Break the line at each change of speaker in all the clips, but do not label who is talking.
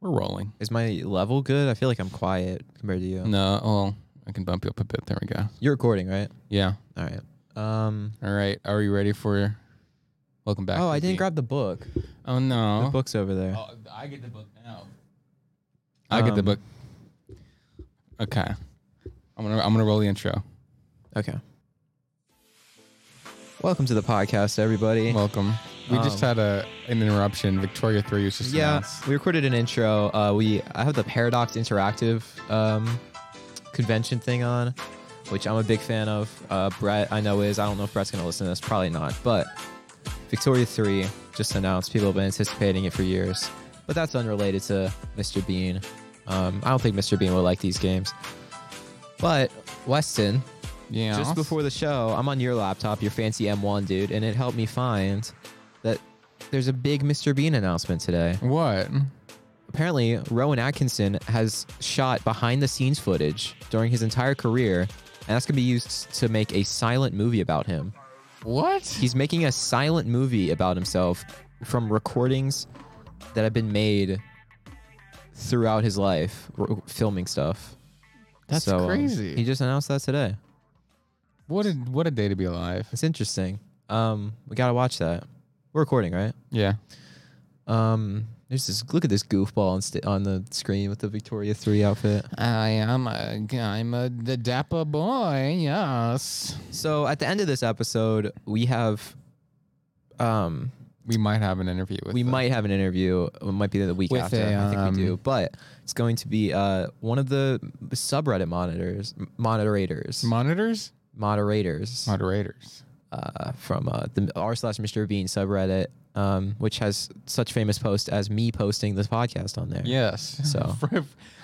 We're rolling.
Is my level good? I feel like I'm quiet compared to you.
No, well, I can bump you up a bit. There we go.
You're recording, right?
Yeah.
All right. Um.
All right. Are you ready for? Welcome back.
oh,
to
I
the-
didn't grab the book.
Oh
The
no.
book's over there.
Oh, I get the book now. I get the
Um,
book. Okay. I'm gonna I'm gonna roll the intro. Oh.
Okay. Welcome to the podcast, everybody.
Welcome. We just had a an interruption. Victoria three was just
yeah,
announced.
we recorded an intro. Uh, we I have the Paradox Interactive um, convention thing on, which I'm a big fan of. Uh, Brett, I know is. I don't know if Brett's gonna listen to this. Probably not. But Victoria Three just announced. People have been anticipating it for years. But that's unrelated to Mr. Bean. Um, I don't think Mr. Bean would like these games. But Weston,
Yeah.
just before the show, I'm on your laptop, your fancy M1, dude, and it helped me find that there's a big Mr. Bean announcement today.
What?
Apparently, Rowan Atkinson has shot behind the scenes footage during his entire career, and that's going to be used to make a silent movie about him.
What?
He's making a silent movie about himself from recordings that have been made throughout his life, r- filming stuff.
That's
So, um,
crazy.
he just announced that today.
What a what a day to be alive.
It's interesting. Um, we gotta watch that. We're recording, right?
Yeah.
Um, there's this. Look at this goofball on, st- on the screen with the Victoria Three outfit.
I am a I'm a the dapper boy. Yes.
So at the end of this episode, we have, um,
We might have an interview with.
we
the-
might have an interview. It might be the week
With
after.
a,
I think we do,
um,
but it's going to be uh one of the subreddit monitors, moderators,
monitors
moderators,
moderators.
uh, from uh, the r slash Mr Bean subreddit, um, which has such famous posts as me posting this podcast on there.
Yes.
So-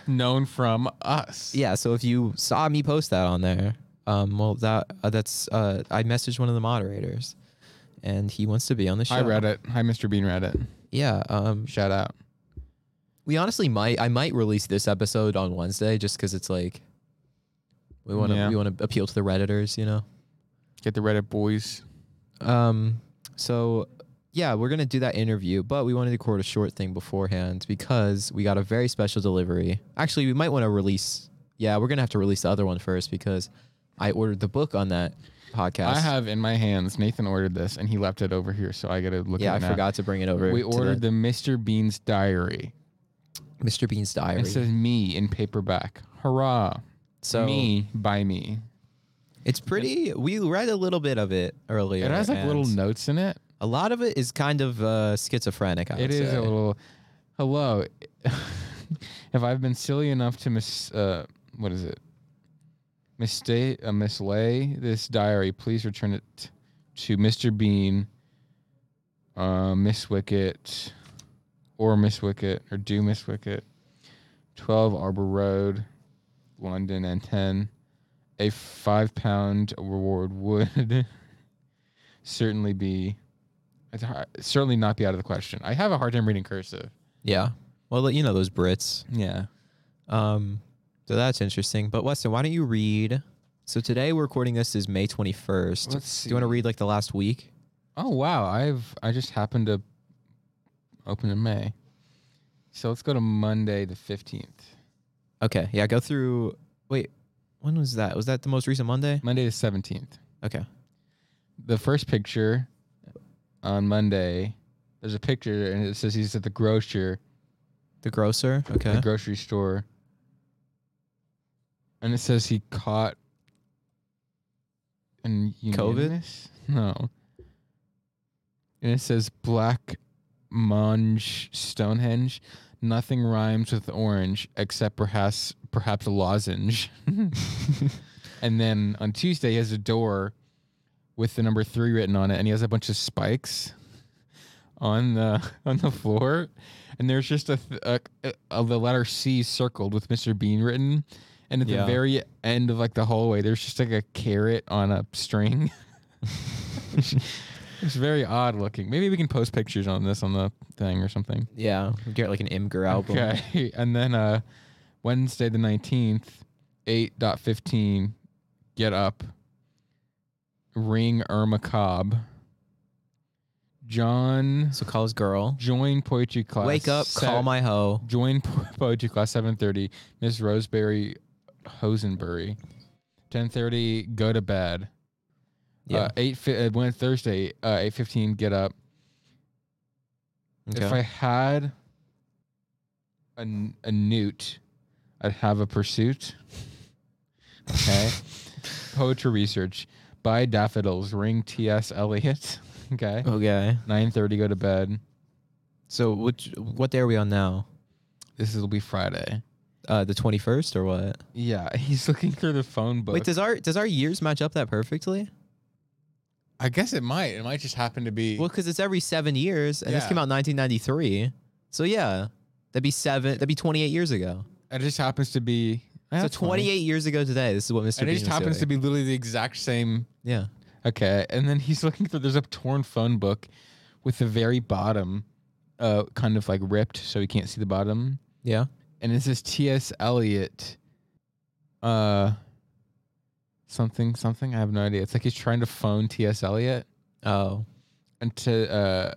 known from us.
yeah so if you saw me post that on there um well that uh, that's uh i messaged one of the moderators and he wants to be on the show
Hi Reddit. Hi Mr. Bean Reddit.
yeah um
Shout out.
we honestly might i might release this episode on wednesday just because it's like we want to
Yeah.
we want to appeal to the redditors you know
Get the Reddit boys.
um so yeah we're gonna do that interview but we wanted to record a short thing beforehand because we got a very special delivery actually we might want to release yeah we're gonna have to release the other one first because i ordered the book on that podcast
I have in my hands. Nathan ordered this and he left it over here, so I gotta look.
Yeah,
at
I
it now.
forgot to bring it over.
We
to
ordered the Mr. Bean's diary.
the Mr. Bean's diary.
It says me in paperback. Hurrah!
so
me by me.
it's pretty. We read a little bit of it earlier.
It has like little
and
notes in it.
A lot of it is kind of uh, schizophrenic. I would
It is
say.
a little. Hello. if I've been silly enough to mis, uh, what is it? Mistake, uh, mislay this diary. Please return it to Mr. Bean, uh, Miss Wicket, or Miss Wicket, or do Miss Wicket. Twelve Arbor Road, London, and ten. A five-pound reward would certainly be it's hard, certainly not be out of the question. I have a hard time reading cursive.
Yeah. Well, you know those Brits.
Yeah.
Um, so that's interesting. But Weston, why don't you read? So today we're recording this is May twenty first.
Let's
Do you want to
see.
read like the last week?
Oh wow, I've I just happened to open in May. So let's go to Monday the fifteenth.
Okay. Yeah. Go through. Wait. When was that? Was that the most recent Monday?
Monday the seventeenth.
Okay.
The first picture on Monday. There's a picture and it says he's at the grocer,
The grocer. Okay.
the grocery store, and it says he caught an uniqueness? No. And it says Black Monge Stonehenge. Nothing rhymes with orange except perhaps perhaps a lozenge. and then on Tuesday he has a door with the number three written on it, and he has a bunch of spikes on the on the floor, and there's just a, th- a, a, the letter C circled with Mr. Bean written, and at
Yeah.
the very end of like the hallway, there's just like a carrot on a string. It's very odd looking. Maybe we can post pictures on this on the thing or something.
yeah. We Get like an Imgur album.
Okay. And then uh Wednesday the 19th, 8.15, get up, ring Irma Cobb, John,
So call his girl.
join poetry class. Uh,
Wake up,
Sat-
call my hoe.
Join po- poetry class 7:30. Miss Roseberry Hosenbury. 10:30. Go to bed.
Yeah.
Uh, eight. fi- Uh, when Thursday. Uh, 8:15. Get up.
Okay.
If I had a, n- a newt, I'd have a pursuit. Okay. Poetry research. Buy daffodils. Ring T.S. Eliot. Okay.
okay.
Nine thirty. Go to bed.
So which what day are we on now?
This will be Friday.
Uh, the twenty first or what?
Yeah, he's looking through the phone book.
Wait, does our does our years match up that perfectly?
I guess it might. It might just happen to be.
Well, because it's every seven years, and this
Yeah.
came out in 1993. So yeah, that'd be seven. That'd be 28 years ago.
it just happens to be.
so 28 years ago today, this is what Mr.
And it
Bean
just
was
happens to
doing.
be literally the exact same
Yeah.
Okay, and then he's looking through. There's a torn phone book, with the very bottom, uh, kind of like ripped, so he can't see the bottom.
Yeah.
And it says T.S. Eliot, uh, something something. I have no idea. It's like he's trying to phone T.S. Eliot
Oh.
and to uh,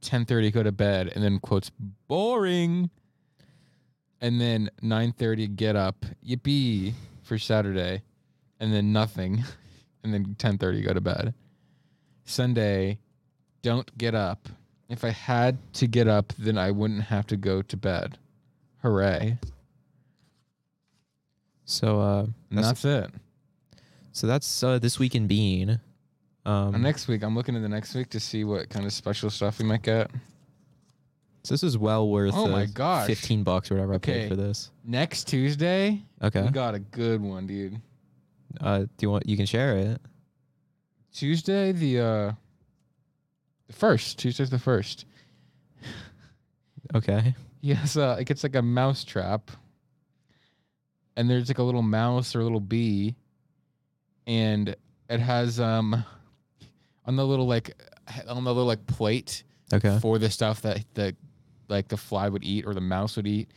ten thirty go to bed, and then quotes boring. And then nine thirty get up, yippee, for Saturday, and then nothing, and then ten thirty go to bed. Sunday, don't get up. If I had to get up, then I wouldn't have to go to bed. Hooray!
So uh,
And
that's,
that's, it.
so that's uh, this week in Bean. Um,
And next week, I'm looking at the next week to see what kind of special stuff we might get.
so this is well worth.
Oh
uh,
my gosh.
15 bucks or whatever I
Okay.
paid for this.
Next Tuesday,
Okay.
we got a good one, dude.
Uh, do you want? You can share it.
Tuesday the uh the first. Tuesday's the first.
Okay.
Yes, uh it gets like a mouse trap. And there's like a little mouse or a little bee. And it has um on the little like on the little like plate
Okay.
for the stuff that the like the fly would eat or the mouse would eat.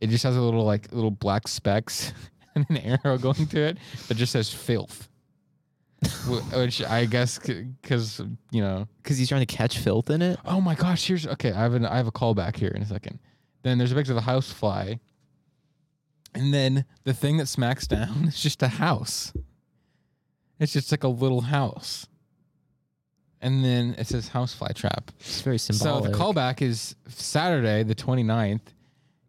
It just has a little like little black specks and an arrow going to it that just says filth. Wh- Which I guess because you know
Because he's trying to catch filth in it.
Oh my gosh, here's okay. I have an I have a callback here in a second. Then there's a picture of the house fly. And then the thing that smacks down is just a house. It's just like a little house. And then it says house fly trap.
It's very symbolic.
So the callback is Saturday, the 29th.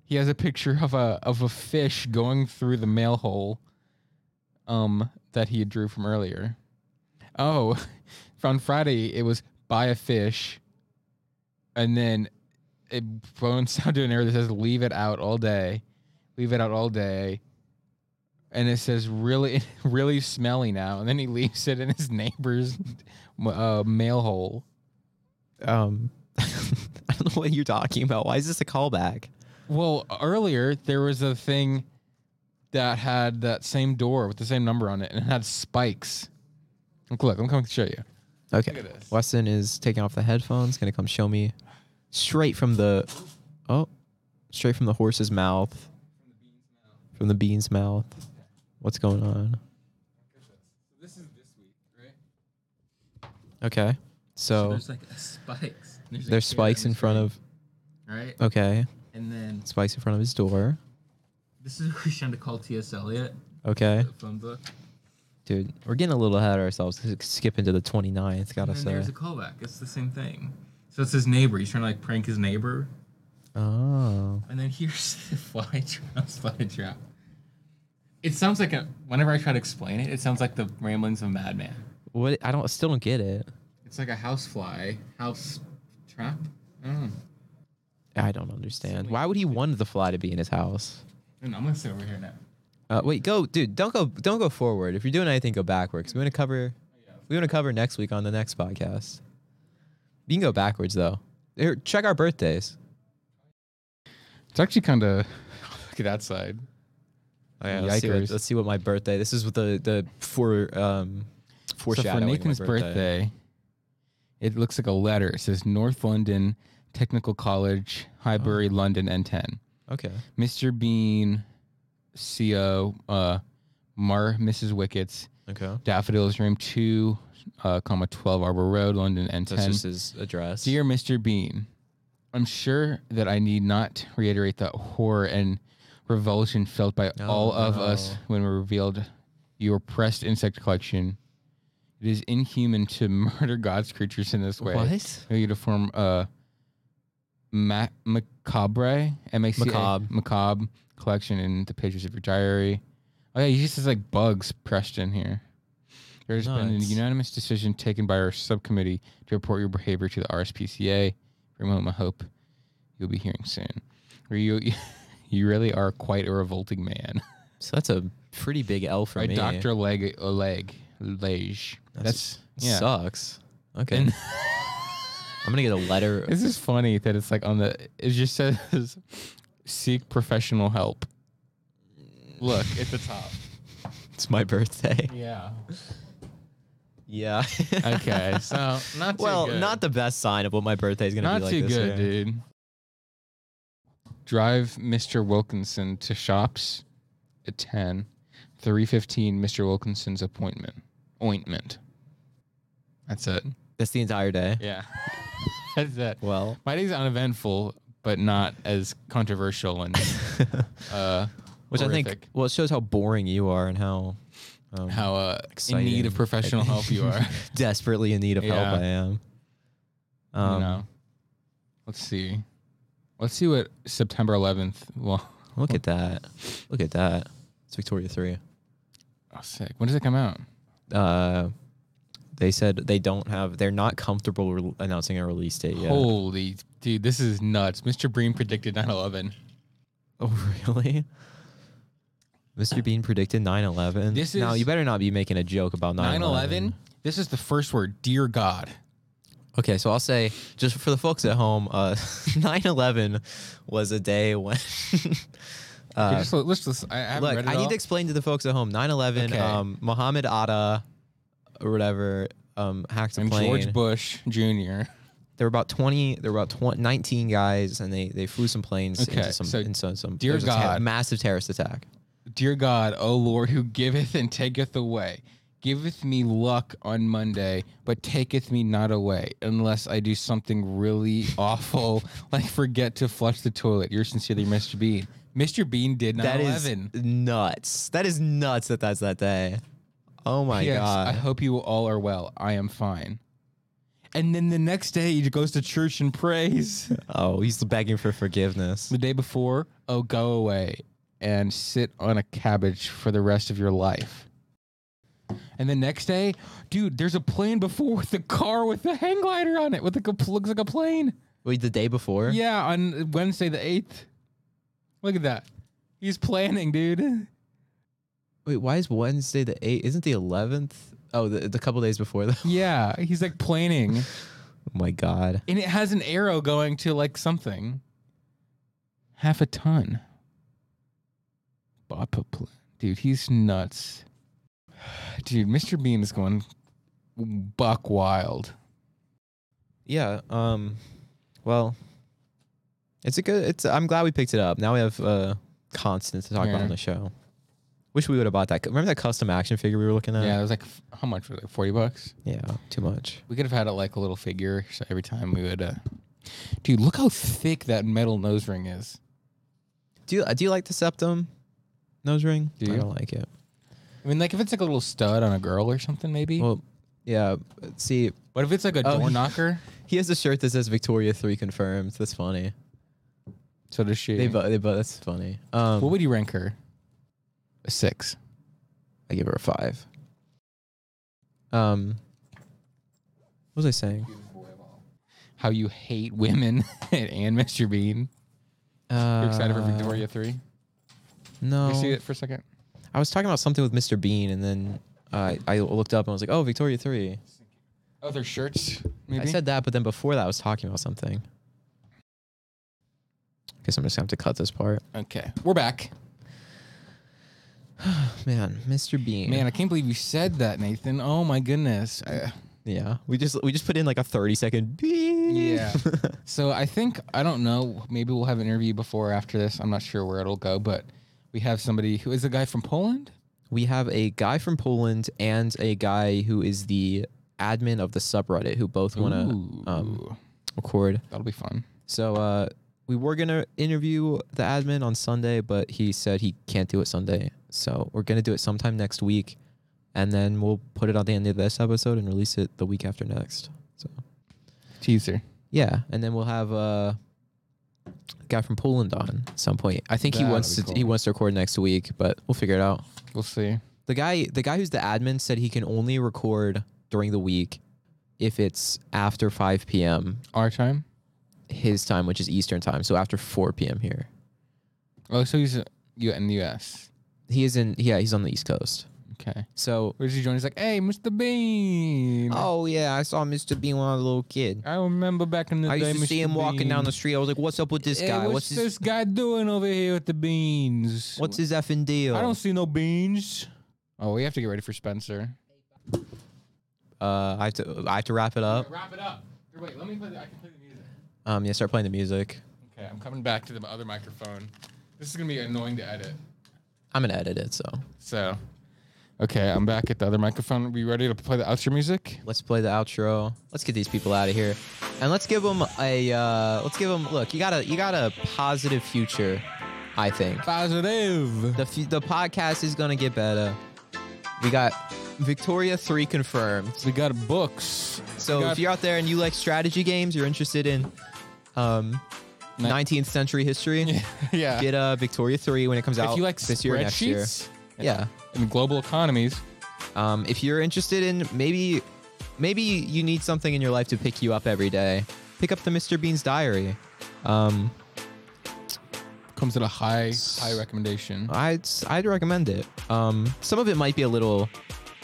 He has a picture of a of a fish going through the mail hole um that he drew from earlier. Oh, on Friday it was buy a fish and then it bones down to an error that says leave it out all day. Leave it out all day. And it says really really smelly now and then he leaves it in his neighbor's uh, mail hole.
um, I don't know what you're talking about. Why is this a callback?
Well, earlier there was a thing that had that same door with the same number on it, and it had spikes. Look, look I'm coming to show you.
Okay.
Look at this.
Weston is taking off the headphones, gonna come show me straight from the oh, straight from the horse's mouth, from the bean's mouth. What's going on?
This is this week, right?
Okay, so
like spikes.
there's spikes in front of
Right,
okay,
and then
spikes in front of his door.
this is what we trying to call T.S. Eliot
Okay,
phone book.
dude, we're getting a little ahead of ourselves. Skip into the 29th, gotta say.
callback. It's the same thing. So it's his neighbor. He's trying to like prank his neighbor,
Oh,
and then here's the fly trap. Fly trap. It sounds like a. Whenever I try to explain it, it sounds like the ramblings of madman.
what? I don't, still don't get it.
It's like a house fly, house trap. I don't know.
I don't understand. Why would he want the fly to be in his house?
And I'm gonna sit over here now.
Uh, wait, go, dude. Don't go. Don't go forward. If you're doing anything, go backwards. We want to cover. We want to cover next week on the next podcast. You can go backwards though. Here, check our birthdays.
It's actually kind of look at that side.
Oh, let's, see what,
Yikers.
let's see what my birthday. This is with the the for um
So for
foreshadowing. of my
Nathan's birthday. it looks like a letter. It says North London Technical College, Highbury, London, N10.
Okay.
Mr. Bean, CO, uh, Mar, Mrs. Wickets,
Okay.
Daffodils Room Two, uh, comma 12 Arbor Road, London N10.
That's just his address.
Dear Mr. Bean, I'm sure that I need not reiterate the horror and revulsion felt by all of us
no.
when we revealed your pressed insect collection. It is inhuman to murder God's creatures in this way.
What?
A uniform uh, ma- macabre, M-A-C-A,
Macabre.
macabre collection in the pages of your diary. Oh yeah, he just says like bugs pressed in here. There's been a
Nice.
unanimous decision taken by our subcommittee to report your behavior to the RSPCA. From whom I hope you'll be hearing soon. Or you, you really are quite a revolting man.
So that's a pretty big L for
By
me.
Doctor Leg Leg Lege. That's, yeah.
Sucks. Okay. I'm gonna get a letter.
This is funny that it's like on the. It just says seek professional help. Look at the top.
It's my birthday.
Yeah.
Yeah.
Okay. So not too
well,
good.
not the best sign of what my birthday is gonna
not
be like.
too
this
good,
year.
dude. Drive Mr. Wilkinson to shops at ten. Three fifteen. Mr. Wilkinson's appointment. Ointment. That's it.
That's the entire day.
Yeah. That's it.
Well,
My day's uneventful, but not as controversial and uh,
which I think
horrific.
well, it shows how boring you are and how um,
how uh, in
Exciting.
need of professional help you are.
desperately in need of
Yeah.
help I am. Um,
you know. Let's see. Let's see what September 11th. Well,
Look at that. Look at that. It's Victoria 3.
oh, sick. When does it come out?
Uh, they said they don't have, they're not comfortable re- announcing a release date yet.
Holy dude, this is nuts. Mr. Bream predicted 9/11.
Oh, really? Mr. Bean predicted 9 11.
This
No,
is-
you better not be making a joke about 9
9/11. This is the first word. Dear God.
Okay, so I'll say, just for the folks at home, 9 11 was a day when.
Okay,
uh,
just, let- let's, let's- I I haven't
Look,
read it
I
all.
need to explain to the folks at home. 9/11,
Okay.
um, Mohammed Atta, or whatever, um, hacked a
and
plane.
George Bush Jr.
there were about 20, there were about 20, 19 guys, and they they flew some planes
Okay,
into some,
so,
into some.
dear
there was a ter-
God.
massive terrorist attack.
Dear God, O Lord, who giveth and taketh away, giveth me luck on Monday, but taketh me not away, unless I do something really awful, like forget to flush the toilet. Yours sincerely, Mr. Bean. Mr. Bean did not
That is
11.
nuts. That is nuts that that's that day. Oh my
Yes, I
god.
hope you all are well. I am fine. And then the next day, he goes to church and prays.
Oh, he's begging for forgiveness.
the day before, oh, go away and sit on a cabbage for the rest of your life. And the next day, dude, there's a plane before with a car with a hang glider on it, with like a looks like a plane.
Wait, the day before?
Yeah, on Wednesday the eighth. Look at that. He's planning, dude.
Wait, why is Wednesday the 8th? Isn't the 11th? Oh, the, the couple days before that.
Yeah, he's like planning,
Oh my god.
and it has an arrow going to like something. Half a ton. Bapa plan, dude. He's nuts. Dude, Mr. Bean is going buck wild.
Yeah. Um. Well, it's a good. It's. I'm glad we picked it up. Now we have uh, constant to talk about
Yeah.
on the show. Wish we would have bought that. Remember that custom action figure we were looking at?
yeah, it was like f- how much was it? Like Forty bucks.
Yeah. Too much.
We could have had it like a little figure, so every time we would. Uh... Dude, look how thick that metal nose ring is.
Do you Do you like the septum nose ring?
Do you?
I don't like it.
I mean, like if it's like a little stud on a girl or something, maybe.
Well, yeah. See,
but if it's like a
oh,
door
yeah.
knocker,
he has a shirt that says Victoria Three confirmed. That's funny.
so does she.
They both. They both. That's funny. Um,
what would you rank her? uh, A six.
I give her a five. Um. What was I saying?
How you hate women and Mr. Bean.
Uh, oh.
You're excited for Victoria three.
No.
Can you see it for a second?
I was talking about something with Mr. Bean, and then uh, I looked up and I was like, "Oh, Victoria 3.
Other Oh, shirts, maybe.
I said that, but then before that, I was talking about something. Guess I'm just gonna have to cut this part.
okay, we're back.
Man, Mr. Bean.
Man, I can't believe you said that, Nathan. Oh my goodness. I-
yeah. We just we just put in like a 30 second beep.
Yeah. so I think I don't know. Maybe we'll have an interview before or after this. I'm not sure where it'll go, but we have somebody who is a guy from Poland.
we have a guy from Poland and a guy who is the admin of the subreddit who both want
Ooh,
to um, record.
that'll be fun.
So uh, we were gonna interview the admin on Sunday, but he said he can't do it Sunday. So we're gonna do it sometime next week, and then we'll put it on the end of this episode and release it the week after next. So
Teaser.
yeah, and then we'll have uh, a guy from Poland on at some point. I think he
That'll
wants
be
to he
cool.
wants to record next week, but we'll figure it out.
We'll see.
The guy the guy who's the admin said he can only record during the week if it's after 5 p.m.
Our time.
his time, which is Eastern time, so after 4 p.m. here.
Oh, so he's uh, you in the U.S.
He is in yeah, he's on the East Coast.
Okay.
So
Where's he join? He's like, hey, Mr. Bean.
Oh yeah, I saw Mr. Bean when I was a little kid.
I remember back in the
I
day.
used to see
Mr.
him walking down
Bean.
the street. I was like, "What's up with this
Hey,
guy?
what's,
What's his
this guy doing over here with the beans?
what's his effing deal?"
I don't see no beans. Oh, we have to get ready for Spencer.
Uh, I have to I have to wrap it up.
Wrap it up. Wait, let me play. The, I can play the music.
Um, yeah, start playing the music.
Okay, I'm coming back to the other microphone. This is gonna be annoying to edit.
I'm gonna edit it, so
So, okay, I'm back at the other microphone. Are we ready to play the outro music?
let's play the outro. Let's get these people out of here, and let's give them a uh, let's give them look. You got a you got a positive future, I think.
Positive.
The fu- the podcast is gonna get better. We got Victoria three confirmed.
We got books.
So
We got
if you're out there and you like strategy games, you're interested in um,
Ni-
19th century history,
yeah.
get uh, Victoria 3 when it comes out
if you like
this year or next year.
spreadsheets
Yeah.
and global economies,
Um, if you're interested in maybe maybe you need something in your life to pick you up every day, pick up the Mr. Bean's diary. Um,
comes at a high high recommendation.
I'd I'd recommend it. Um, some of it might be a little,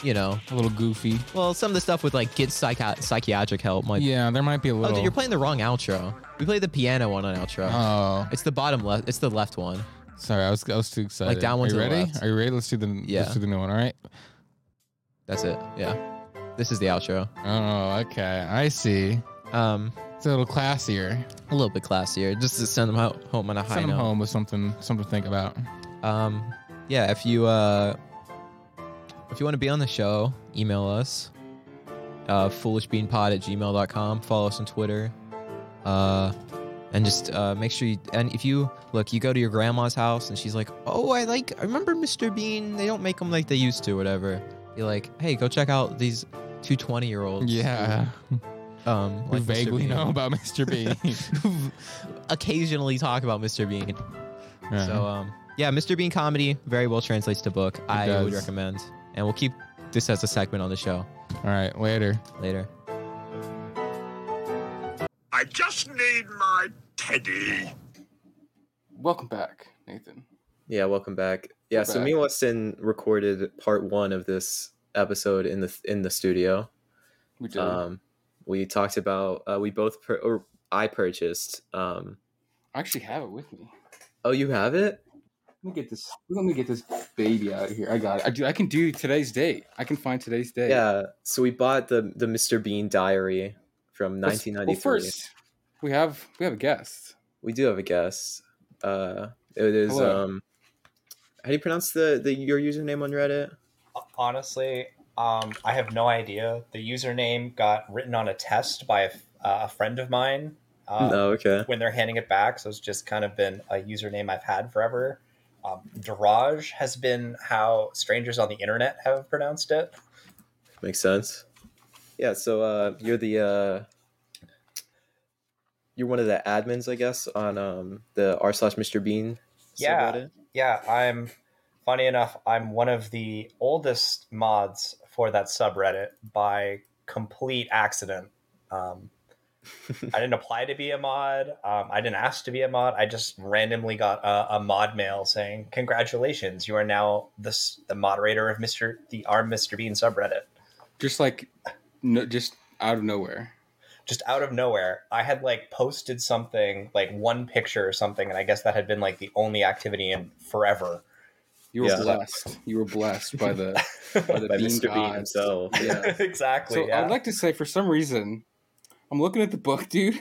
you know,
A little goofy.
well, some of the stuff with like get psychi- psychiatric help might.
Yeah, there might be a
Oh,
little.
dude, you're playing the wrong outro. We play the piano one on outro.
Oh,
It's the bottom left. It's the left one.
sorry, I was I was too excited.
down one
Are you
to the
ready?
left.
Are you ready? Let's do the
Yeah.
let's do the new one. All right.
That's it. Yeah. This is the outro.
Oh, okay. I see.
Um,
It's a little classier.
a little bit classier, just to send them ho- home on a high
Send them
note.
home with something something to think about.
Um, yeah. If you uh, if you want to be on the show, email us. Uh, foolishbeanpod at gmail.com. Follow us on Twitter. Uh, and just uh, make sure you. And if you look, you go to your grandma's house and she's like, "Oh, I like. I remember Mr. Bean. They don't make them like they used to. Whatever." Be like, "Hey, go check out these two 20 year olds."
Yeah.
Um,
We
like Mr.
vaguely
Bean."
know about Mr. B.
who occasionally talk about Mr. Bean.
Yeah.
So um, yeah, Mr. Bean comedy very well translates to book. I would
does.
recommend, and we'll keep this as a segment on the show
All right, later.
later.
I just need my teddy.
Welcome back, Nathan.
Yeah, welcome back. Yeah,
We're so back. me
Weston recorded part one of this episode in the in the studio.
We did.
Um, we talked about uh, we both pur- or I purchased. Um,
I actually have it with me.
oh, you have it?
Let me get this. Let me get this baby out of here. I got it. I do. I can do today's date. I can find today's date.
Yeah. So we bought the the Mr. Bean diary from
Let's-
1993.
Well, first, we have we have a guest.
We do have a guest. Uh, it is
Hello.
um, how do you pronounce the, the your username on Reddit?
Honestly, um, I have no idea. The username got written on a test by a, f- uh, a friend of mine uh,
oh, okay.
when they're handing it back. So it's just kind of been a username I've had forever. Um, Daraj has been how strangers on the internet have pronounced it.
Makes sense. Yeah. So uh, you're the uh, you're one of the admins, I guess, on um the r slash Mr Bean.
Yeah.
subreddit.
Yeah, I'm funny enough, I'm one of the oldest mods for that subreddit by complete accident. Um, I didn't apply to be a mod. Um, I didn't ask to be a mod. I just randomly got a, a mod mail saying, "Congratulations, you are now this the moderator of Mister the Arm Mister Bean subreddit."
Just like, no, just out of nowhere.
just out of nowhere, I had like posted something, like one picture or something, and I guess that had been like the only activity in forever.
You were
Yeah.
blessed. You were blessed by the by the
By
bean
Mr. Bean
gods.
himself.
Yeah.
exactly.
So
yeah.
I'd like to say, for some reason, I'm looking at the book, dude.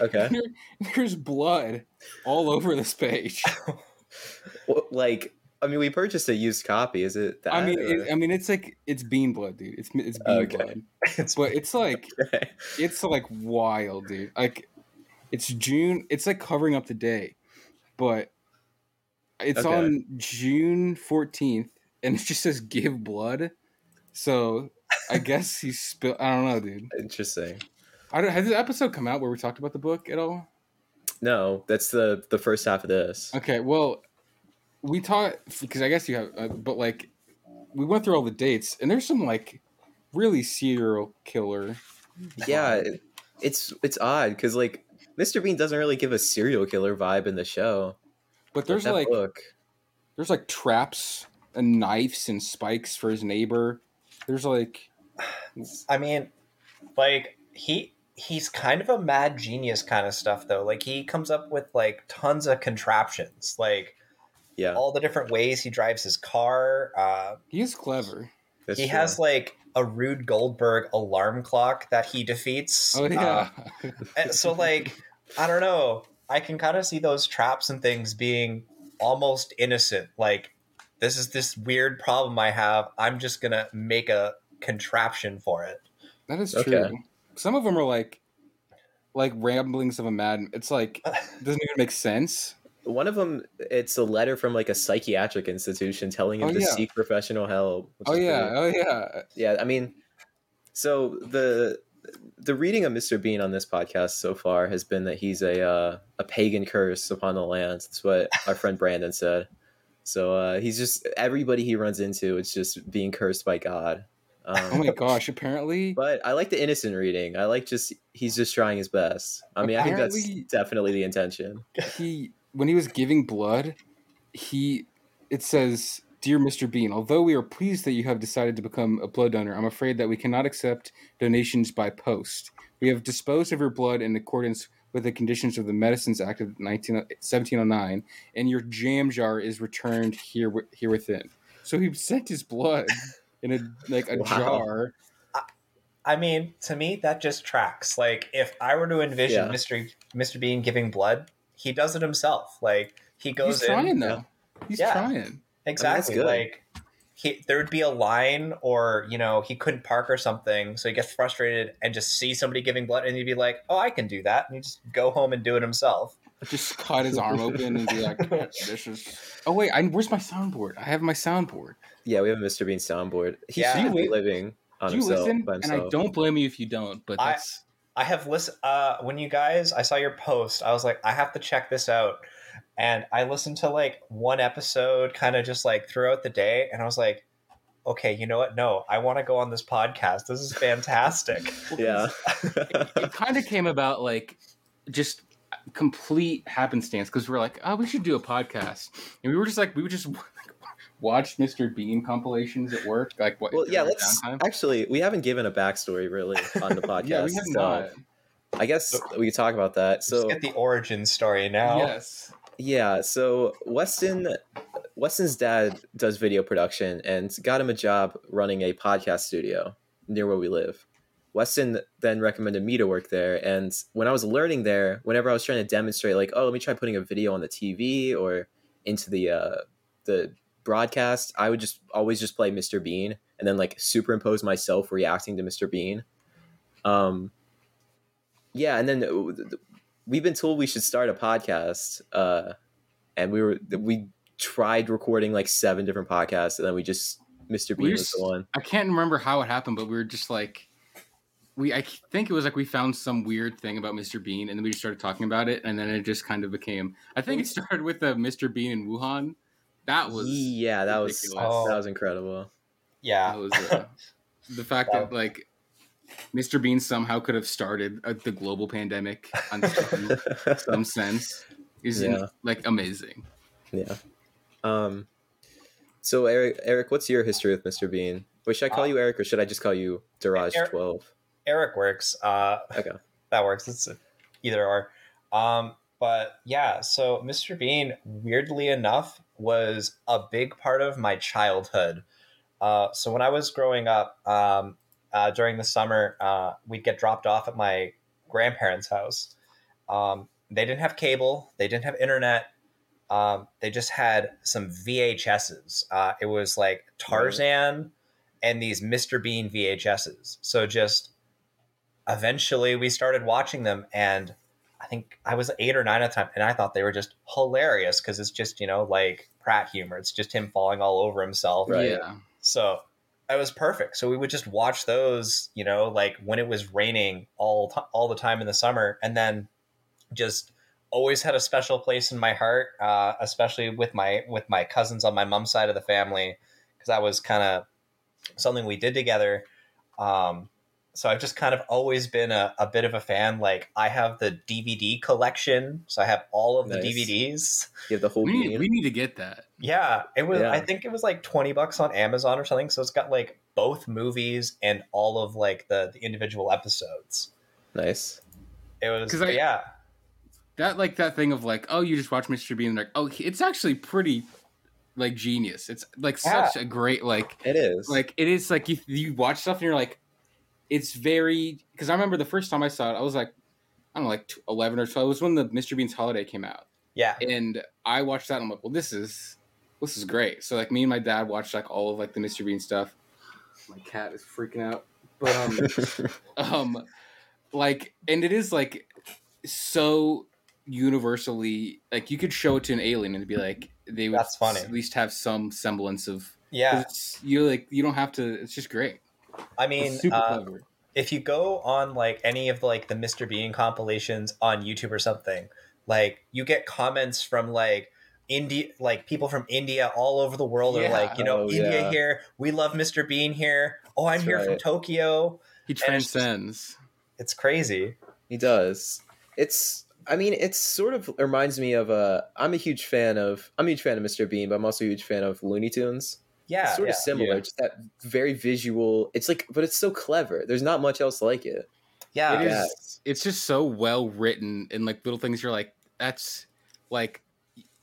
Okay.
There- there's blood all over this page.
Wh- like I mean, we purchased a used copy. Is it that?
I mean,
or-
it, I mean, it's like it's bean blood, dude. It's it's bean
Okay.
blood,
It's
but it's like
Okay.
it's like wild, dude. Like it's June. It's like covering up the day, but it's
Okay.
on June fourteenth, and it just says "Give Blood." So I guess he spilled. I don't know, dude.
Interesting.
I don't. Has this episode come out where we talked about the book at all?
No, that's the the first half of this.
Okay, well, we taught because I guess you have, uh, but like we went through all the dates, and there's some like really serial killer.
Yeah, it- it's it's odd because like Mr. Bean doesn't really give a serial killer vibe in the show.
But
but
there's
that
like
book.
there's like traps and knives and spikes for his neighbor. There's like
I mean, like he he's kind of a mad genius kind of stuff though. Like he comes up with like tons of contraptions, like
Yeah,
all the different ways he drives his car. Uh,
he is clever.
that's
he
true.
has like a Rude Goldberg alarm clock that he defeats.
Oh yeah,
Uh, so like I don't know. I can kind of see those traps and things being almost innocent. Like this is this weird problem I have. I'm just gonna make a contraption for it.
that is
okay.
true. Some of them are like like ramblings of a madman. It's like doesn't even make sense.
one of them. It's a letter from like a psychiatric institution telling him
Oh,
to
yeah.
seek professional help. which
Oh
is
yeah,
pretty-
oh yeah.
yeah. I mean, so the the reading of Mr. Bean on this podcast so far has been that he's a uh, a pagan curse upon the lands. That's what our friend Brandon said. So uh, he's just everybody he runs into. It's just being cursed by God. Um,
Oh my gosh! Apparently,
But I like the innocent reading. I like just he's just trying his best. I mean, I
Apparently-
think that's definitely the intention.
he when he was giving blood, he it says, "Dear Mr. Bean, although we are pleased that you have decided to become a blood donor, I'm afraid that we cannot accept donations by post. We have disposed of your blood in accordance with the conditions of the Medicines Act of 19, 1709, and your jam jar is returned here wi- here within." So he sent his blood in a like a
Wow.
jar.
I mean, to me, that just tracks. Like, if I were to envision
Yeah.
Mister Mister Bean giving blood, he does it himself. Like, he goes
He's trying
in
though. He's
Yeah.
trying.
exactly.
good.
Like, he there would be a line, or you know, he couldn't park or something, so he gets frustrated and just sees somebody giving blood, and he'd be like, "Oh, I can do that," and he just go home and do it himself.
just cut his arm open and be like, "This is." Oh wait, I, where's my soundboard? I have my soundboard.
Yeah, we have Mr. Bean soundboard. He
Yeah.
should
Do you
be
li-
living on
Do you
himself
listen?
by
And I
himself.
don't blame you if you don't. But
I-
that's
I have listened uh, when you guys. I saw your post. I was like, I have to check this out. And I listened to like one episode, kind of just like throughout the day, and I was like, okay, you know what? No, I want to go on this podcast. This is fantastic.
yeah.
it kind of came about like just complete happenstance because we're like, oh, we should do a podcast, and we were just like, we would just like, watch Mr. Bean compilations at work, like what?
well,
during
yeah.
our
Let's
downtime.
actually we haven't given a backstory really on the podcast.
Yeah, we have
so
not.
I guess we could talk about that. So
Let's get the origin story now.
Yes.
Yeah, so Weston Weston's dad does video production and got him a job running a podcast studio near where we live. Weston then recommended me to work there and when I was learning there, whenever I was trying to demonstrate like, oh, let me try putting a video on the TV or into the uh the broadcast, I would just always just play Mr. Bean and then like superimpose myself reacting to Mr. Bean. Um yeah, and then uh, we've been told we should start a podcast uh and we were we tried recording like seven different podcasts and then we just mr bean
We're
was the one
I can't remember how it happened, but we were just like, we I think it was like we found some weird thing about Mr. Bean, and then we just started talking about it, and then it just kind of became. I think it started with a Mr. Bean in Wuhan. That was
yeah that was
ridiculous.
that was incredible
Yeah.
that was uh, the fact
Wow.
that like Mr. Bean somehow could have started uh, the global pandemic on some, some sense is
Yeah.
like amazing.
yeah um so eric eric what's your history with mr bean Wait, should i call
Uh,
you eric or should i just call you Daraj
Eric.
12
Eric works. Uh,
okay
that works. It's either or. Um, but yeah, so Mr. Bean, weirdly enough, was a big part of my childhood. Uh, so when I was growing up, um, uh, during the summer, uh, we'd get dropped off at my grandparents' house. Um, they didn't have cable, they didn't have internet. um, they just had some VHSs. Uh, it was like Tarzan and these Mr. Bean VHSs. So just eventually we started watching them, and I think I was eight or nine at the time, and I thought they were just hilarious because it's just you know like Pratt humor. It's just him falling all over himself.
Right.
Yeah.
So that was perfect. So we would just watch those, you know, like when it was raining all t- all the time in the summer, and then just always had a special place in my heart, uh, especially with my with my cousins on my mom's side of the family, because that was kind of something we did together. Um, so I've just kind of always been a, a bit of a fan. Like I have the DVD collection, so I have all of
Nice.
the DVDs.
You have the whole
We need,
bean.
we need to get that.
Yeah, it was.
Yeah.
I think it was like twenty bucks on Amazon or something. So it's got like both movies and all of like the, the individual episodes.
nice.
It was
'Cause I-
yeah,
That like that thing of like, oh, you just watch Mr. Bean, and like, oh, he- it's actually pretty like genius. It's like such a great like
It is.
like it is like you you watch stuff and you're like, it's very because I remember the first time I saw it, I was like, I don't know, like tw- eleven or twelve. It was when the Mr. Bean's Holiday came out.
yeah.
and I watched that and I'm like, well, this is this is great. So like me and my dad watched like all of like the Mr. Bean stuff. My cat is freaking out. But um um like and it is like so universally like you could show it to an alien and it'd be like they would
That's funny.
at least have some semblance of 'cause
Yeah,
it's, you like you don't have to it's just great.
I
It's
mean,
super
uh,
clever.
if you go on like any of like the Mr. Bean compilations on YouTube or something, like you get comments from like India, like people from India all over the world are
Yeah.
like, you know,
Oh,
India
yeah.
here, we love Mr. Bean here. Oh, I'm
That's
here from
right.
Tokyo. and
He
it's just-
transcends.
It's crazy.
He does. It's. I mean, it's sort of reminds me of Uh, I'm a huge fan of. I'm a huge fan of Mr. Bean, but I'm also a huge fan of Looney Tunes.
Yeah,
It's sort
yeah.
of similar,
Yeah.
just that very visual. It's like, but it's so clever. There's not much else like it.
yeah.
It is.
Yeah.
It's just so well written and like little things. You're like, that's like,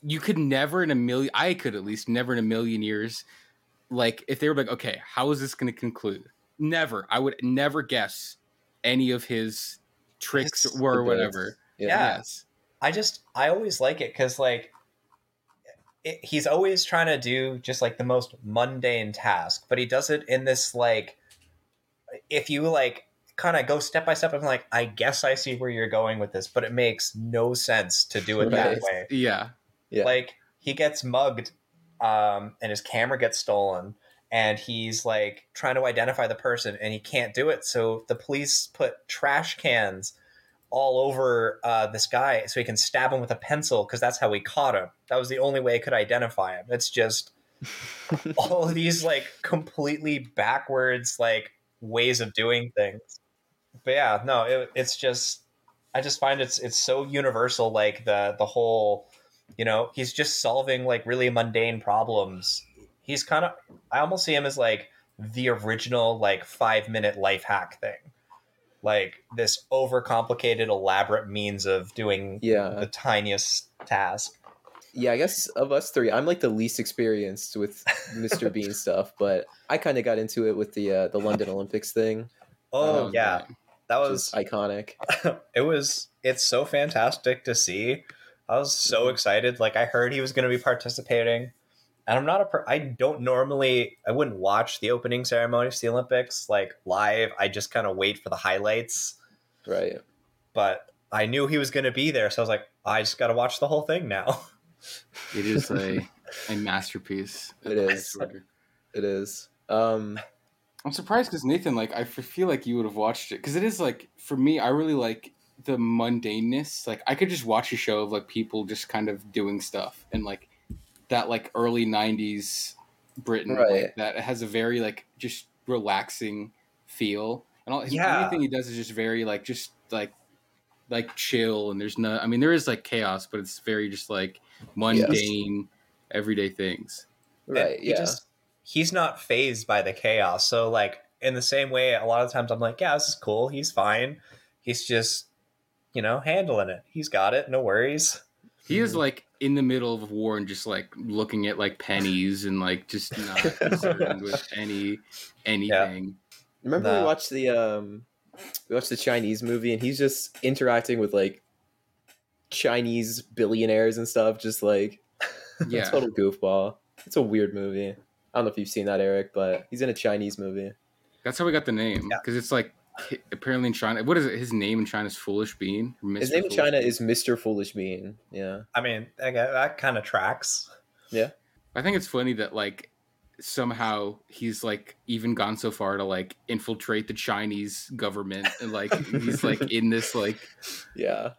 you could never in a million. I could at least never in a million years. Like, if they were like, okay, how is this going to conclude? Never. I would never guess any of his tricks
Yes,
or
It does.
whatever.
Yeah.
Yes.
I just I always like it because like it, he's always trying to do just like the most mundane task, but he does it in this like if you like kind of go step by step, I'm like I guess I see where you're going with this, but it makes no sense to do it that
Right.
way.
Yeah.
Yeah.
Like he gets mugged, um, and his camera gets stolen, and he's like trying to identify the person, and he can't do it. So the police put trash cans all over uh, this guy, so he can stab him with a pencil because that's how we caught him. That was the only way I could identify him. It's just all of these like completely backwards like ways of doing things. But yeah, no, it, it's just I just find it's it's so universal. Like the the whole you know he's just solving like really mundane problems he's kind of i almost see him as like the original like five minute life hack thing like this overcomplicated elaborate means of doing
Yeah.
the tiniest task
Yeah, I guess of us three, I'm like the least experienced with Mr. Bean stuff, but I kind of got into it with the uh, the London Olympics thing,
oh
Um,
yeah that
which
was
is iconic.
it was it's so fantastic to see i was so
Mm-hmm.
excited like i heard he was going to be participating and i'm not a per- i don't normally i wouldn't watch the opening ceremony to the olympics like live i just kind of wait for the highlights
Right.
but i knew he was going to be there so i was like i just got to watch the whole thing now
It is a, a masterpiece.
It is.
I swear.
It is. Um
I'm surprised because Nathan, like, I f- feel like you would have watched it because it is like for me, I really like the mundaneness. Like, I could just watch a show of like people just kind of doing stuff and like that like early '90s Britain like,
Right.
that has a very like just relaxing feel. And all,
Yeah.
anything he does is just very like just like like chill. And there's no, I mean, there is like chaos, but it's very just like mundane everyday things.
right,
And he
yeah.
just- he's not phased by the chaos so like in the same way a lot of times i'm like yeah this is cool he's fine he's just you know handling it he's got it no worries
He
Mm-hmm.
is like in the middle of war and just like looking at like pennies and like just not concerned with any anything.
Remember we
Nah.
watched the um we watched the Chinese movie and he's just interacting with like Chinese billionaires and stuff, just like
Yeah.
Total goofball. It's a weird movie. I don't know if you've seen that, Eric, but he's in a Chinese movie.
That's how we got the name
Yeah.
because it's like hi- apparently in China. What is it? His name in China is Foolish Bean. or
His
Mr.
name in
Foolish
China
Bean?
is Mr. Foolish Bean. Yeah.
I mean, I gu- that kind of tracks.
I think it's funny that like somehow he's like even gone so far to like infiltrate the Chinese government and like he's like in this like
Yeah.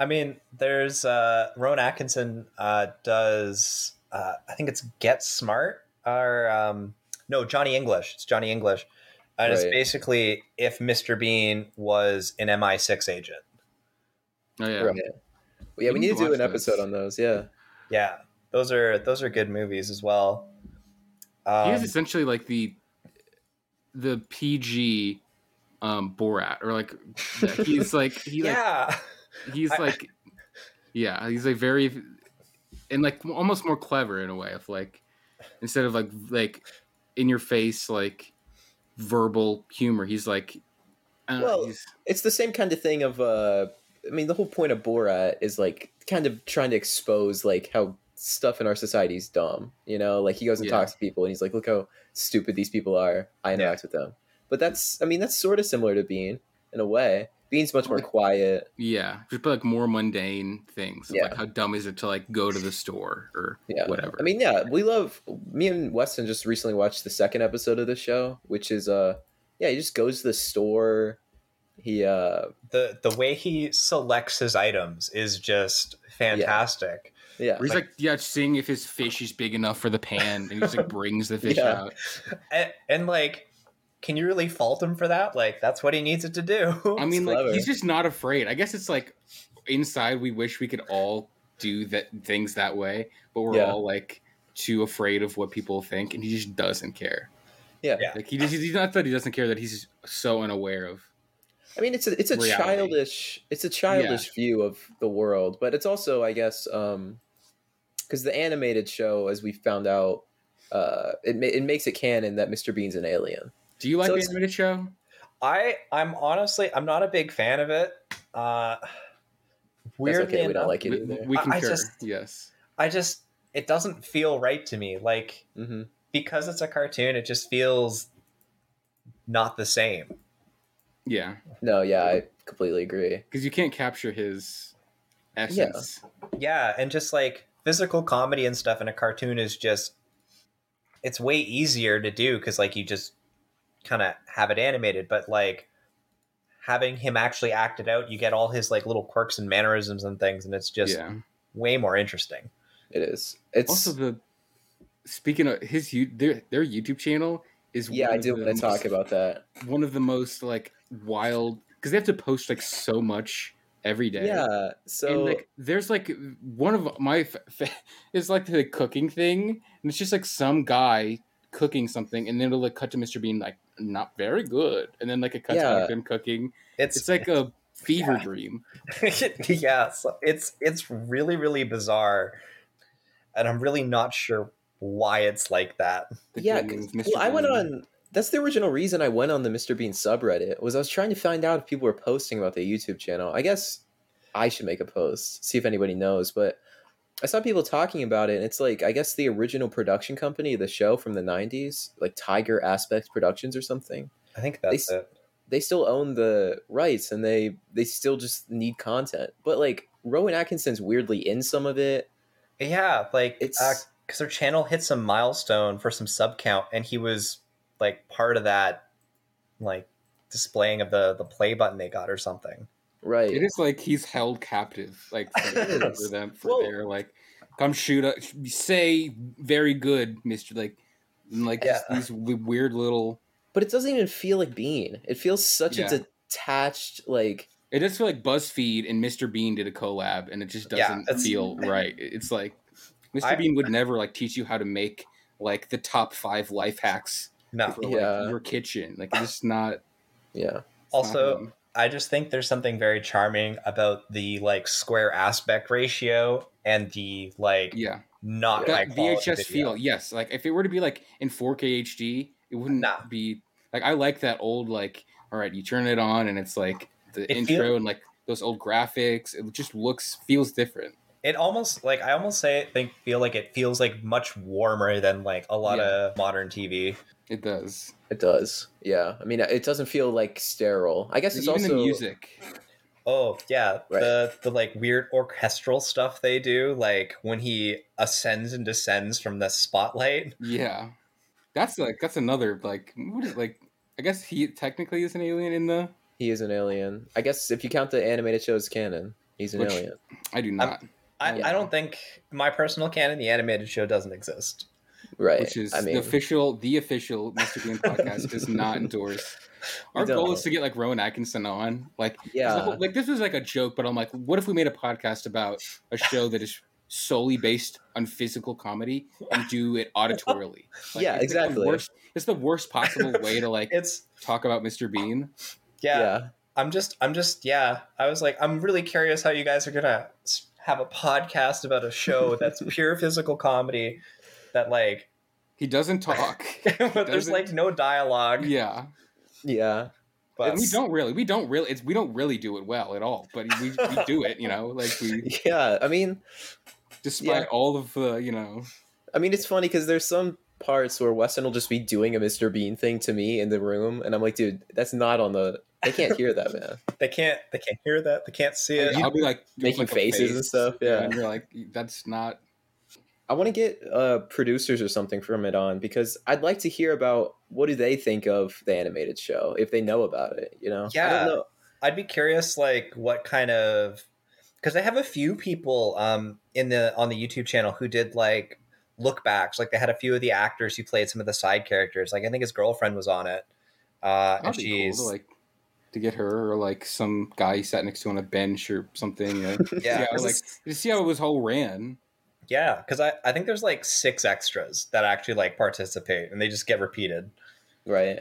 I mean, there's uh, Rowan Atkinson uh, does uh, I think it's Get Smart or um, no Johnny English. It's Johnny English, and it's
Right.
basically if Mr. Bean was an MI6 agent.
oh yeah
Right. Well, yeah, we
We
need
need
to
to
do
watch
an episode
those.
on those. Yeah.
Yeah, those are those are good movies as well.
he
Um,
is essentially like the the PG um Borat or like that he's like he like
yeah,
he's
I-
like yeah he's like very and like almost more clever in a way of like instead of like like in your face like verbal humor he's like I don't know,
Well,
he's-
It's the same kind of thing of uh I mean the whole point of Borat is like kind of trying to expose like how stuff in our society is dumb. You know, like he goes and
Yeah.
talks to people and he's like, Look how stupid these people are. I interact with them. But that's I mean, that's sort of similar to Bean in a way. Bean's much more quiet.
yeah just but like more mundane things
Yeah.
like how dumb is it to like go to the store or
Yeah.
whatever
I mean, yeah, we love me and Weston just recently watched the second episode of this show, which is uh yeah, he just goes to the store. He uh
the the way he selects his items is just fantastic.
yeah.
Or he's like, yeah seeing if his fish is big enough for the pan and he just like brings the fish
Yeah.
out
And, and like, can you really fault him for that? Like, that's what he needed to do.
I mean,
clever.
like he's just not afraid. I guess it's like inside we wish we could all do that things that way, but we're
Yeah.
all like too afraid of what people think, and he just doesn't care.
Yeah.
Yeah.
like he just, he's not that he doesn't care that he's so unaware of.
I mean, it's a it's a
reality.
childish it's a childish view of the world, but it's also, I guess, um, because the animated show, as we found out, uh, it ma- it makes it canon that Mr. Bean's an alien.
Do you like
So
the
it's-
animated show?
I I'm honestly I'm not a big fan of it. Uh,
That's
weirdly
okay, we
enough,
don't like it
We,
either.
we
I- I
concur.
just-
yes,
I just it doesn't feel right to me. Like
hmm
because it's a cartoon, it just feels not the same.
yeah,
No, yeah, I completely agree.
because you can't capture his essence.
Yeah, and just like physical comedy and stuff in a cartoon is just it's way easier to do cuz like you just kind of have it animated, but like having him actually act it out, you get all his like little quirks and mannerisms and things and it's just
yeah.
way more interesting.
It is. It's
Also, the speaking of his you- their their YouTube channel is
yeah,
one
I
of
do
the
want to
most-
talk about that.
one of the most like wild because they have to post like so much every day.
Yeah, so
And like, there's like one of my f- f- is like the cooking thing, and it's just like some guy cooking something, and then it'll like cut to Mr. Bean like not very good, and then like it cuts
Yeah.
back to him cooking.
It's,
It's like a fever dream.
yeah, so it's it's really really bizarre and I'm really not sure why it's like that.
The
yeah,
dream
'cause-
of Mr.
well, I went
Bean.
on. That's the original reason I went on the Mr. Bean subreddit was I was trying to find out if people were posting about the YouTube channel. I guess I should make a post, see if anybody knows. But I saw people talking about it, and it's like I guess the original production company, of the show from the '90s, like Tiger Aspect Productions or something.
I think that's
They
it.
They still own the rights, and they they still just need content. But like Rowan Atkinson's weirdly in some of it.
Yeah, like
It's-
it's because their channel hit some milestone for some sub count, and he was like part of that, like displaying of the the play button they got or something.
Right.
It is like he's held captive, like for, for them for
Well-
their like, come shoot us, say very good, Mister. Like, and, like
Yeah.
just these w- weird little.
but it doesn't even feel like Bean. It feels such a
Yeah.
detached like.
It does feel like BuzzFeed and Mr. Bean did a collab, and it just
Yeah,
doesn't
it's-
feel right. It's like Mr.
I-
Bean would never like teach you how to make like the top five life hacks
No,
for
Yeah.
like, your kitchen. Like it's just not. it's
Yeah.
not
Also,
him.
I just think there's something very charming about the like square aspect ratio and the like
yeah,
not high
that
quality
VHS
video.
feel. Yes, like if it were to be like in 4K HD, it wouldn't
Nah.
be like I like that old like. All right, you turn it on, and it's like the
It
intro
feel-
and like those old graphics. It just looks feels different.
it almost like I almost say it, think feel like it feels like much warmer than like a lot
Yeah.
of modern TV.
It does.
It does. Yeah. I mean, it doesn't feel like sterile. I guess it's
Even
also
the music.
Oh yeah,
Right.
the the like weird orchestral stuff they do, like when he ascends and descends from the spotlight.
Yeah, that's like that's another like what is like. I guess he technically is an alien in the.
He is an alien. I guess if you count the animated show as canon, he's an
Which-
alien.
I do not.
I,
Yeah.
I don't think my personal canon, the animated show, doesn't exist.
Right.
which is
I mean,
the official the official Mr. Bean podcast does not endorse.
We
Our goal
don't.
is to get like Rowan Atkinson on. Like, 'cause the
yeah.
whole- like this was like a joke, but I'm like, what if we made a podcast about a show that is solely based on physical comedy and do it auditorily? Like,
Yeah,
it's, like, the
exactly.
worst- it's the worst possible way to like
It's
talk about Mr. Bean.
yeah,
yeah.
I'm just I'm just yeah. I was like I'm really curious how you guys are gonna s- have a podcast about a show that's pure physical comedy that like
He doesn't talk.
but there's
Doesn't-
like no dialogue.
yeah,
Yeah.
but
and we don't really, we don't really, it's we don't really do it well at all. But we, we do it, you know, like we,
Yeah. I mean,
despite all of the, you know,
I mean, it's funny because there's some parts where Weston will just be doing a Mr. Bean thing to me in the room, and I'm like, dude, that's not on the. They can't hear that, man.
they can't they can't hear that they can't see it.
I'll be like doing,
Making
like, a
faces and
face.
stuff. Yeah.
and you're like, that's not.
I want to get uh, producers or something from it on because I'd like to hear about what do they think of the animated show if they know about it. You know. I
Yeah.
don't know.
I'd be curious, like what kind of because I have a few people um in the on the YouTube channel who did like look backs. Like they had a few of the actors who played some of the side characters. Like I think his girlfriend was on it. Uh, and
That'd be
she's
cool to like to get her or like some guy he sat next to on a bench or something. You know?
yeah,
yeah, like to see how his whole ran.
yeah, because I I think there's like six extras that actually like participate and they just get repeated.
Right.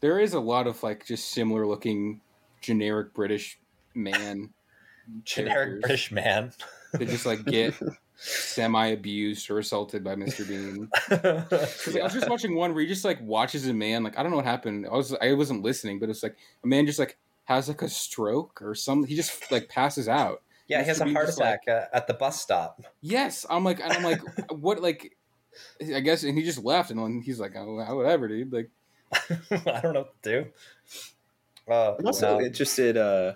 There is a lot of like just similar looking generic British man
Generic
characters
British man.
that just like get semi abused or assaulted by Mr. Bean. 'Cause, like, I was just watching one where he just like watches a man like I don't know what happened. I was I wasn't listening, but it's like a man just like has like a stroke or some. He just like passes out.
yeah, he has
Mr.
a
Bean
heart
just, like-
attack uh, at the bus stop.
Yes, I'm like, and I'm like, what, like, I guess, and he just left, and then he's like, oh, well, whatever, dude. Like,
I don't know what to do. Uh,
I'm also
no.
interested. Uh,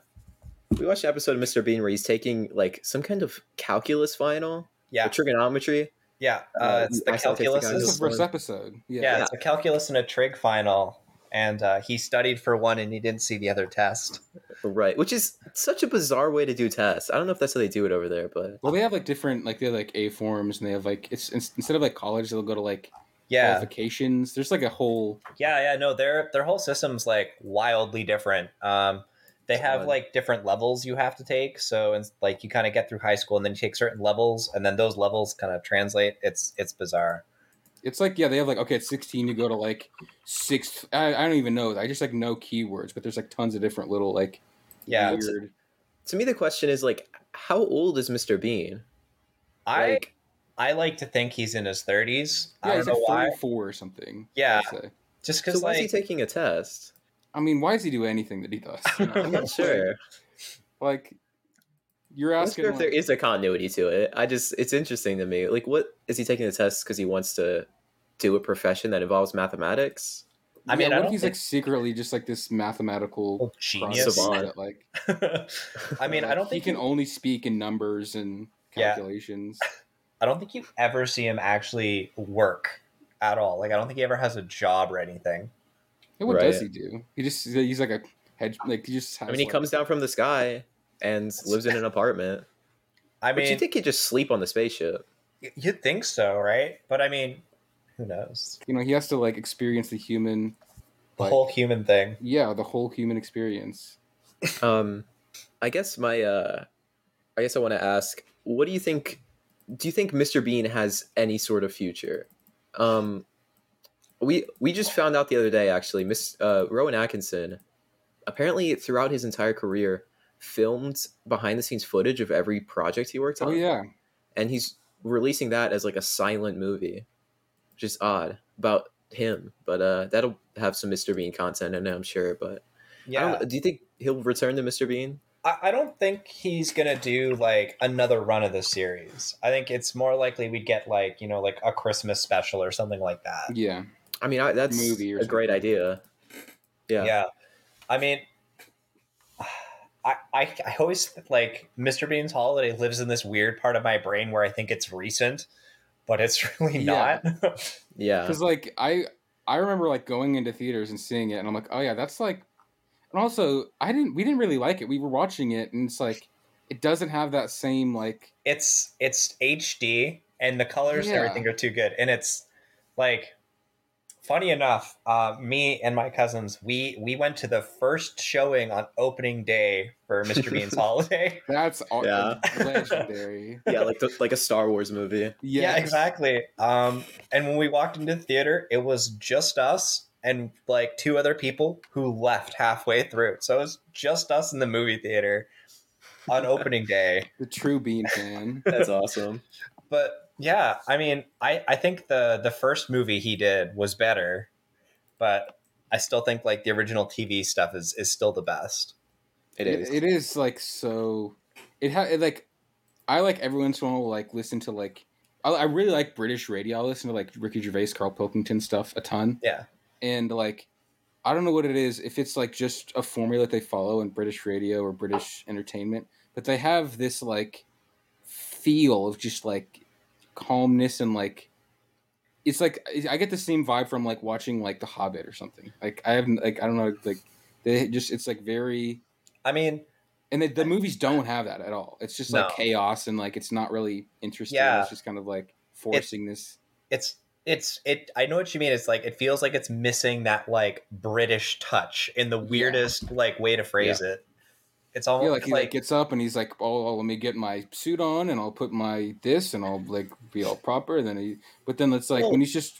we watched an episode of Mr. Bean where he's taking like some kind of calculus final, or
yeah,
trigonometry.
yeah. Uh,
Uh,
it's the
I saw
calculus
TikTok
is
this is
just
the first
one-
episode.
Yeah,
Yeah.
it's a calculus and a trig final, and uh, he studied for one and he didn't see the other test.
Right, which is such a bizarre way to do tests. I don't know if that's how they do it over there, but
Well, they have like different, like, they have like A forms, and they have like, it's in- instead of like college, they'll go to like
Yeah,
qualifications. There's like a whole,
yeah, yeah. No, their their whole system's like wildly different. Um, they
That's
have
odd.
like different levels you have to take. So and like you kind of get through high school and then you take certain levels, and then those levels kind of translate. It's it's bizarre.
it's like, yeah, they have like, okay, at 16, you go to like sixth, I, I don't even know. I just like know keywords, but there's like tons of different little, like,
Yeah, it's-
weird.
to me the question is like, how old is Mr. Bean?
I
Like,
I like to think he's in his thirties. I
Yeah,
don't
he's
know
like
why.
34 or something.
Yeah.
I'd say.
Just
so
because
why is he
like
taking a test?
I mean, why does he do anything that he does? you know?
I'm not sure.
Like, you're
I'm not
asking.
sure if there
like-
is a continuity to it. I just it's interesting to me. Like, what is he taking the test because he wants to do a profession that involves mathematics?
I mean,
yeah,
I
what if
don't
he's
think-
like secretly just like this mathematical
genius.
Savant.
that, like
I mean, I
like,
don't think
he can only speak in numbers and
Yeah.
calculations.
I don't think you ever see him actually work at all. Like I don't think he ever has a job or anything.
And what does
Right.
he do? He just he's like a hedge. Like he just. Has,
I mean, he
like-
comes down from the sky and lives in an apartment.
I
I mean,
mean,
you think he'd just sleep on the spaceship?
y- you'd think so, right? But I mean, who knows?
You know, he has to like experience the human.
The
Like-
whole human thing.
Yeah, the whole human experience.
Um, I guess my uh, I guess I want to ask, what do you think? Do you think Mr. Bean has any sort of future? Um, we we just found out the other day actually, Miss uh, Rowan Atkinson, apparently throughout his entire career, filmed behind the scenes footage of every project he worked on.
Oh yeah,
and he's releasing that as like a silent movie, which is odd about him. But uh, that'll have some Mr. Bean content in it, I'm sure. But I
Yeah.
don't, do you think he'll return to Mr. Bean?
I, I don't think he's gonna do like another run of the series. I think it's more likely we'd get like you know like a Christmas special or something like that.
Yeah.
I mean, I, that's
Movie or
a great
something.
idea. Yeah.
Yeah, I mean, I, I I always like Mr. Bean's holiday lives in this weird part of my brain where I think it's recent, but it's really
Yeah.
not.
Yeah.
Because like I I remember like going into theaters and seeing it, and I'm like, oh yeah, that's like. And also, I didn't. We didn't really like it. We were watching it, and it's like it doesn't have that same like.
it's it's HD and the colors and
Yeah.
everything are too good. And it's like funny enough, uh, me and my cousins, we we went to the first showing on opening day for Mr. Bean's holiday.
That's all
Yeah.
legendary.
Yeah, like the, like a Star Wars movie.
Yeah,
Yes.
exactly. Um, and when we walked into the theater, it was just us and like two other people who left halfway through. So it was just us in the movie theater on opening day.
The true Bean fan.
That's awesome.
but yeah, I mean, I I think the the first movie he did was better, but I still think like the original TV stuff is is still the best.
It is.
It is like so. It ha it, like, I like every once in a while will, like listen to like. I, I really like British radio. I listen to like Ricky Gervais, Carl Pilkington stuff a ton.
Yeah.
and like, I don't know what it is. If it's like just a formula that they follow in British radio or British entertainment, but they have this like feel of just like calmness and like. It's like I get the same vibe from like watching like The Hobbit or something. Like I haven't like I don't know like they just it's like very
I mean,
and the, the movies don't have that at all. It's just like
No.
chaos and like it's not really interesting.
Yeah.
It's just kind of like forcing this.
it's it's it I know what you mean. It's like it feels like it's missing that like British touch in the weirdest like way to phrase it. It's
Yeah,
almost
like
like,
he like gets up and he's like, "Oh, oh, let me get my suit on and I'll put my this and I'll like be all proper." And then he, but then it's like when he's just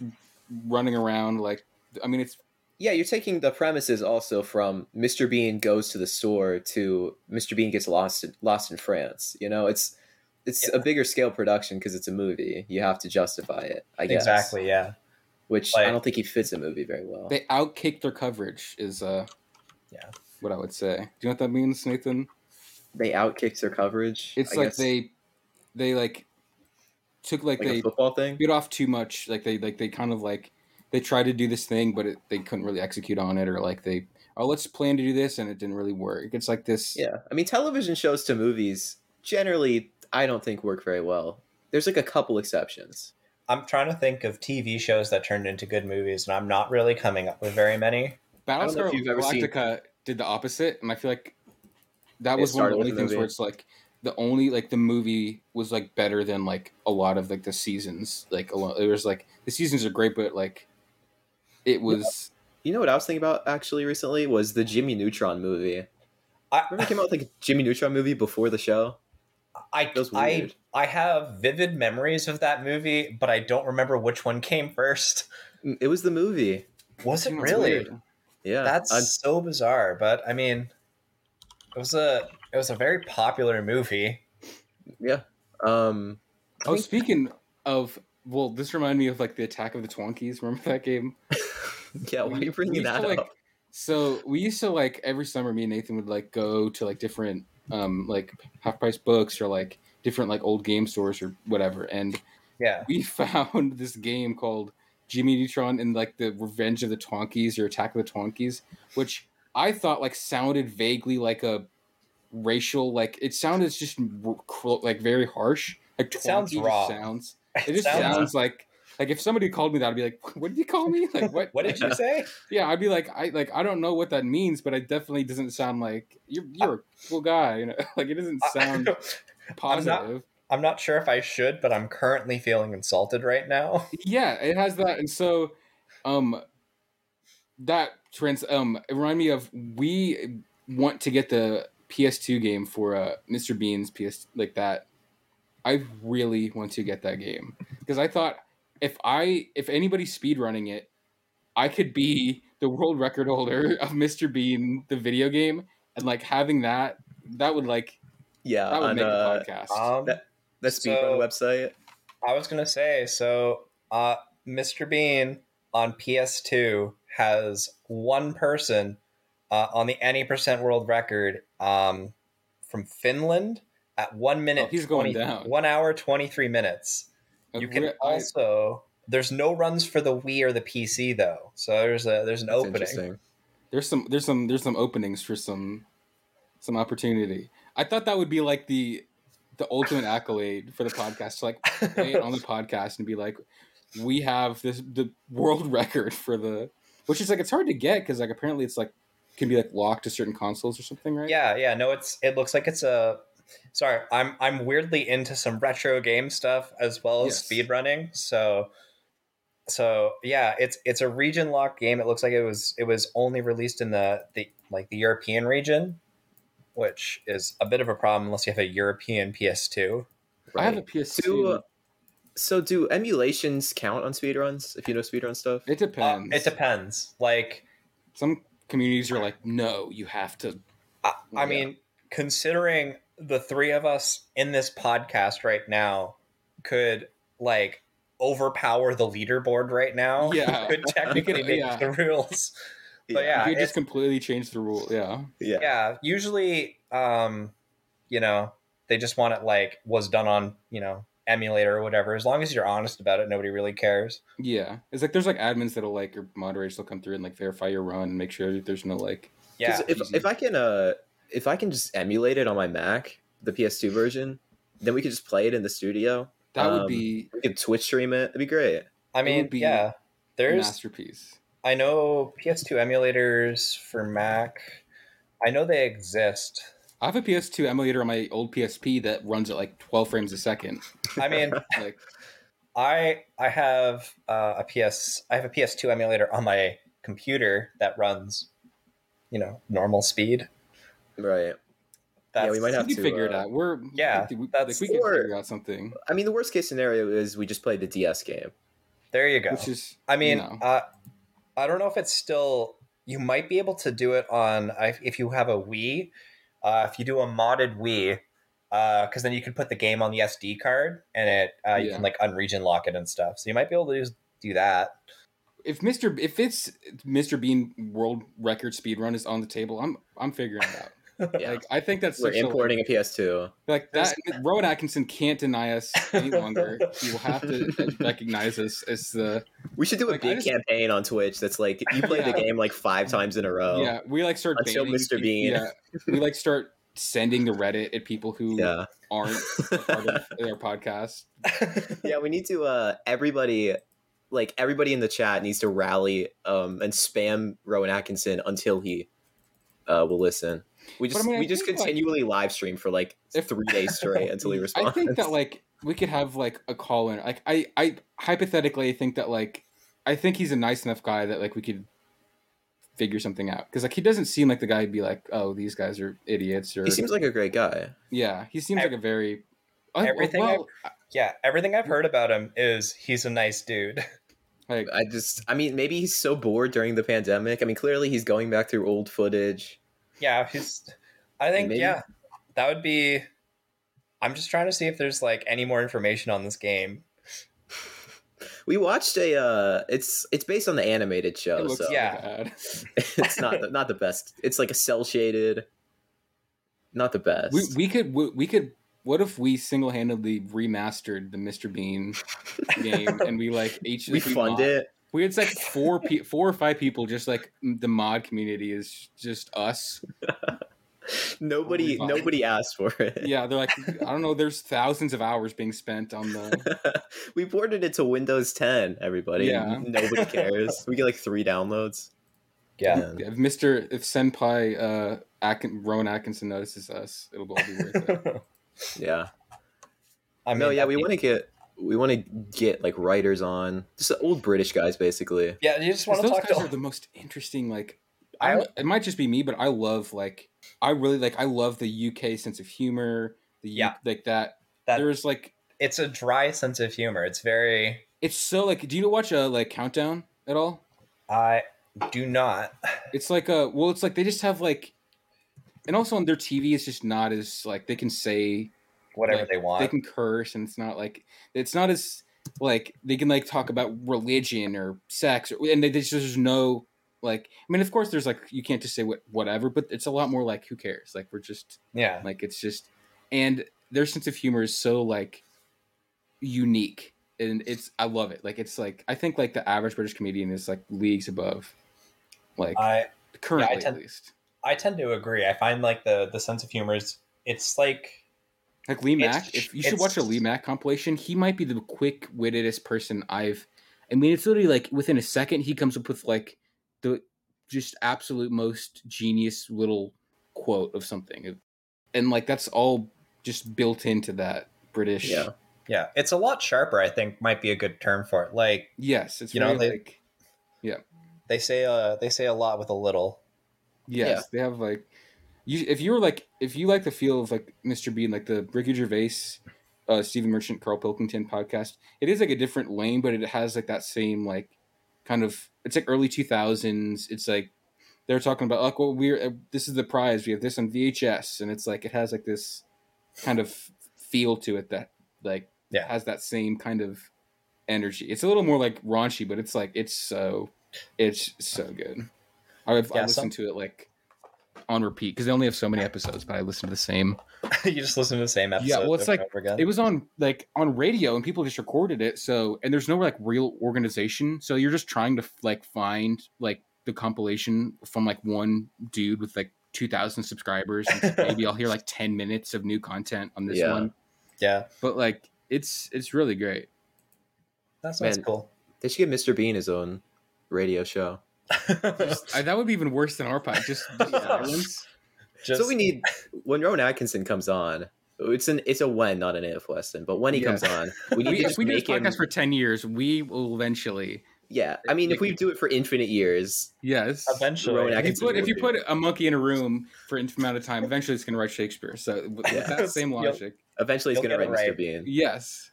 running around, like I mean, it's
Yeah, you're taking the premises also from Mr. Bean goes to the store to Mr. Bean gets lost in, lost in France. You know, it's it's a bigger scale production because it's a movie. You have to justify it, I guess.
exactly, yeah.
Which I
Like-
don't think he fits a movie very well.
they outkick their coverage is uh,
Yeah.
what I would say. Do you know what that means, Nathan?
They outkicked their coverage.
It's
I
like
guess.
they, they like took like,
like
they
a football thing.
bit off too much. Like they like they kind of like they tried to do this thing, but it, they couldn't really execute on it, or like they oh let's plan to do this and it didn't really work. It's like this.
Yeah, I mean, television shows to movies generally, I don't think work very well. There's like a couple exceptions.
I'm trying to think of TV shows that turned into good movies, and I'm not really coming up with very many.
I don't know
Battlestar
if you've ever seen-
Galactica did the opposite, and I feel like that
It
was one of
started
the
with
only
a
things where
movie.
it's like the only like the movie was like better than like a lot of like the seasons. Like a lot, it was like the seasons are great, but like it was.
You know what I was thinking about actually recently was the Jimmy Neutron movie.
I,
Remember, it came out with, like a Jimmy Neutron movie before the show.
I,
That was
I
weird.
I have vivid memories of that movie, but I don't remember which one came first.
Mm, It was the movie.
Was it
it's
really?
weird.
Yeah,
That's
I'm-
so bizarre. But I mean, it was a it was a very popular movie.
yeah. Um,
Oh, speaking of, well, this reminded me of like the Attack of the Twonkies. Remember that game?
yeah. Why are
We-
you
we
bringing
used to,
that
like-
up?
So we used to like every summer, me and Nathan would like go to like different um like half price books or like different like old game stores or whatever, and
Yeah,
we found this game called Jimmy Neutron and like the Revenge of the Twonkies or Attack of the Twonkies, which I thought like sounded vaguely like a racial like it sounded just r- cr- like very harsh. Like
It sounds
Twonkie just
wrong.
Sounds it just
Sounds-
sounds, like like if somebody called me that, I'd be like, "What did you call me? Like what?
What did you say?
Yeah, I'd be like, I like I don't know what that means, but it definitely doesn't sound like you're you're a cool guy. You know, like it doesn't sound positive.
Um, I'm not sure if I should, but I'm currently feeling insulted right now.
yeah, it has that, and so, um, that trans um it reminded me of we want to get the PS2 game for uh Mr. Bean's PS like that. I really want to get that game because I thought if I if anybody's speedrunning it, I could be the world record holder of Mr. Bean the video game, and like having that that would like
Yeah,
that would
on
make
uh,
a podcast.
Um,
that- the
So-
speedrun website.
I was gonna say so. Uh, Mr. Bean on PS2 has one person uh, on the any percent world record um, from Finland at one minute.
Oh, he's going down.
One hour, 23 minutes. You can
Re- I-
also. There's no runs for the Wii or the PC though, so there's a there's an
That's
opening.
interesting.
there's some there's some there's some openings for some some opportunity. I thought that would be like the the ultimate accolade for the podcast to like play it on the podcast and be like, we have this the world record for the which is like it's hard to get because like apparently it's like can be like locked to certain consoles or something, right?
Yeah, yeah. No, it's it looks like it's a. Sorry, I'm I'm weirdly into some retro game stuff as well as
Yes.
speed running. So, so yeah, it's it's a region locked game. It looks like it was it was only released in the the like the European region, which is a bit of a problem unless you have a European PS2.
I have a
Right.
PS2.
Do, uh, so do emulations count on speedruns if you know speedrun stuff?
it
Uh,
depends.
it depends. Like
Some communities are like, no, you have to.
I, I
Yeah.
mean, considering the three of us in this podcast right now could like overpower the leaderboard right now.
Yeah.
could technically
could-
make
yeah.
the rules. But yeah,
you could
it's-
just completely change the rule. Yeah.
yeah.
yeah. Usually, um, you know, they just want it like was done on you know emulator or whatever. As long as you're honest about it, nobody really cares.
Yeah. It's like there's like admins that'll like or moderators will come through and like verify your run and make sure that there's no like
'Cause
Yeah,
If, if I can uh if I can just emulate it on my Mac, the PS2 version, then we could just play it in the studio.
that would
Um,
be
We could Twitch stream it. It'd be great.
I
it
mean,
would be
yeah.
a
There's
masterpiece.
I know PS2 emulators for Mac. I know they exist.
I have a PS2 emulator on my old PSP that runs at like 12 frames a second.
I mean,
Like
I I have uh, a PS I have a PS2 emulator on my computer that runs, you know, normal speed.
Right.
That's,
yeah, we might have
we
to
can figure it
uh,
out. We're
yeah,
we,
that's-
like, we can
Or-
figure out something.
I mean, the worst case scenario is we just play the DS game.
There you go.
Which is
I mean,
no.
uh, I don't know if it's still. You might be able to do it on I- if you have a Wii. Uh, if you do a modded Wii, because then you can put the game on the SD card and it uh, you
Yeah.
can like unregion lock it and stuff. So you might be able to just do that.
if Mr. if it's Mr. Bean world record speedrun is on the table, I'm I'm figuring it out.
Yeah.
Like I think that's
We're
such a, like,
importing a PS2.
Like that, Rowan Atkinson can't deny us any longer. He will have to recognize us as the
We should do a
Like, I
big
just-
campaign on Twitch that's like you play
Yeah.
the game like five times in a row.
yeah. We like start
Until
banning
Mr.
people-
Bean.
Yeah, we like start sending the Reddit at people who
Yeah.
aren't a part of their podcast.
yeah, we need to uh everybody like everybody in the chat needs to rally um and spam Rowan Atkinson until he uh will listen. We
But
just
I mean, I
we just
think, like-
continually live stream for like
If-
three days straight until he responds.
I think that like we could have like a call in. Like I, I hypothetically think that like I think he's a nice enough guy that like we could figure something out because like he doesn't seem like the guy who'd be like, oh, these guys are idiots or
he seems like a great guy.
yeah, he seems
Ev-
like a very un-
everything I-
well,
yeah, everything I've heard about him is he's a nice dude.
like
I just I mean maybe he's so bored during the pandemic. I mean clearly he's going back through old footage.
Yeah, he's. I think
Maybe.
yeah, that would be. I'm just trying to see if there's like any more information on this game.
We watched a uh it's it's based on the animated
it
show,
looks
so
yeah.
bad.
it's not the, not the best. It's like a cell shaded not the best.
We we could we, we could. What if we single handedly remastered the Mr. Bean game and we like each
we
if mod-
fund it.
We it's like four pe- four or five people just like m- the mod community is just us.
Nobody
Revive.
nobody asked for it.
Yeah, they're like I don't know. There's thousands of hours being spent on the.
we ported it to Windows 10, everybody.
Yeah.
Nobody cares. we get like three downloads.
Yeah,
Man.
If Mister if Senpai uh Atkin, Rowan Atkinson notices us, it'll all be worth it.
Yeah.
I mean,
no, yeah,
I
we
think-
want to get we want to get like writers on. Just the old British guys basically.
Yeah, you just
'Cause
want to
Those
talk
guys are
to.
the most interesting. Like I
I-
don't- it might just be me, but I love like I really like I love the UK sense of humor. The U-
Yeah.
like that.
That-
There's like
It's a dry sense of humor. It's very.
It's so like. Do you watch a like countdown at all?
I do not.
It's like a well. It's like they just have like, and also on their TV, it's just not as like they can say
Whatever
Like,
they want.
they can curse, and it's not like it's not as like they can like talk about religion or sex, or, and they, there's just there's no Like, I mean, of course, there's like you can't just say what whatever, but it's a lot more like who cares? Like we're just
Yeah.
like it's just, and their sense of humor is so like unique, and it's I love it. Like it's like I think like the average British comedian is like leagues above, like
I
currently
tend-
at least.
I tend to agree. I find like the the sense of humor is it's like
Like Lee
It's-
Mack, if you should
it's-
watch a Lee Mack compilation, he might be the quick wittedest person I've. I mean, it's literally like within a second he comes up with like the just absolute most genius little quote of something, and like that's all just built into that British.
Yeah.
yeah, it's a lot sharper. I think might be a good term for it. Like
Yes, it's
You know,
very
they-
like
they say, uh, they say a lot with a little.
yes, they have like you. If you were like if you like the feel of like Mr. Bean, like the Ricky Gervais, uh, Stephen Merchant, Carl Pilkington podcast, it is like a different lane, but it has like that same like kind of it's like early two thousands. It's like they're talking about like well we're uh, this is the prize we have this on VHS, and it's like it has like this kind of feel to it that like
Yeah.
has that same kind of energy. It's a little more like raunchy, but it's like it's so it's so good. I've I
Yeah, some-
listened to it like on repeat because they only have so many episodes, but I listen to the same.
you just listen to the same episode.
Yeah, well, it's
over and
like-
over again.
It was on like on radio and people just recorded it. So and there's no like real organization. So you're just trying to like find like the compilation from like one dude with like two thousand subscribers. And maybe I'll hear like ten minutes of new content on this
Yeah.
one.
yeah,
But like it's it's really great.
that sounds
Man.
cool.
They should give Mr. Bean his own radio show.
I, that would be even worse than our pod. Just silence.
just,
So we need when Rowan Atkinson comes on. It's an it's a when, not an if, Weston. But when he
Yeah.
comes on, we need
We,
to
if
just
we do
make
this
him.
podcast for ten years, we will eventually.
yeah, I mean, if we do it for infinite years,
Yes.
Rowan
eventually.
If you,
Atkinson.
put, if
will
you
do
put
it.
a monkey in a room for an amount of time, eventually it's going to write Shakespeare. So with
Yeah.
that same
Yep.
logic,
eventually, he's
You'll
gonna
get
write Mr.
it right.
Bean.
yes.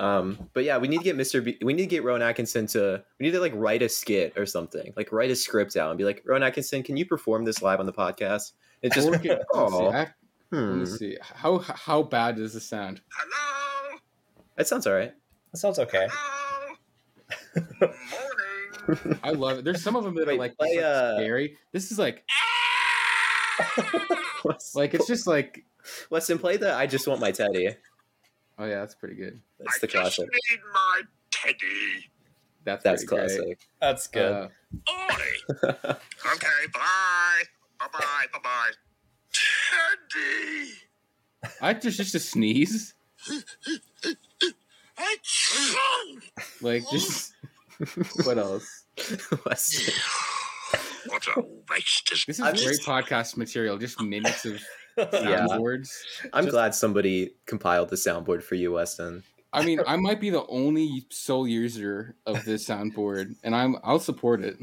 Um, but yeah, we need to get Mr. Bean. We need to get Rowan Atkinson to. We need to like write a skit or something, like write a script out and be like, Rowan Atkinson, can you perform this live on the podcast? It's just
Or we could- let's see,
oh,
I- let
hmm.
me see. How how bad does this sound?
Hello?
that sounds all right.
That sounds okay.
Hello? Morning.
I love it. There's some of them that are
Wait,
like,
play,
like,
uh,
scary. This is like
Wes-
like it's just like
Weston, play the "I just want my teddy."
oh yeah, that's pretty good.
That's the
I just
classic.
need my teddy.
That's
That's
pretty great.
classic.
That's good.
Uh,
Oi. okay, bye. Bye bye, bye bye. Teddy!
I just just a sneeze.
Mm.
Achoo!
Like just what else?
Weston.
What a waste of
This is
I'm
great
just-
podcast material. Just minutes of
Uh, Yeah.
sound words.
I'm glad somebody compiled the soundboard for you, Weston.
I mean, I might be the only sole user of this soundboard, and I'm I'll support it.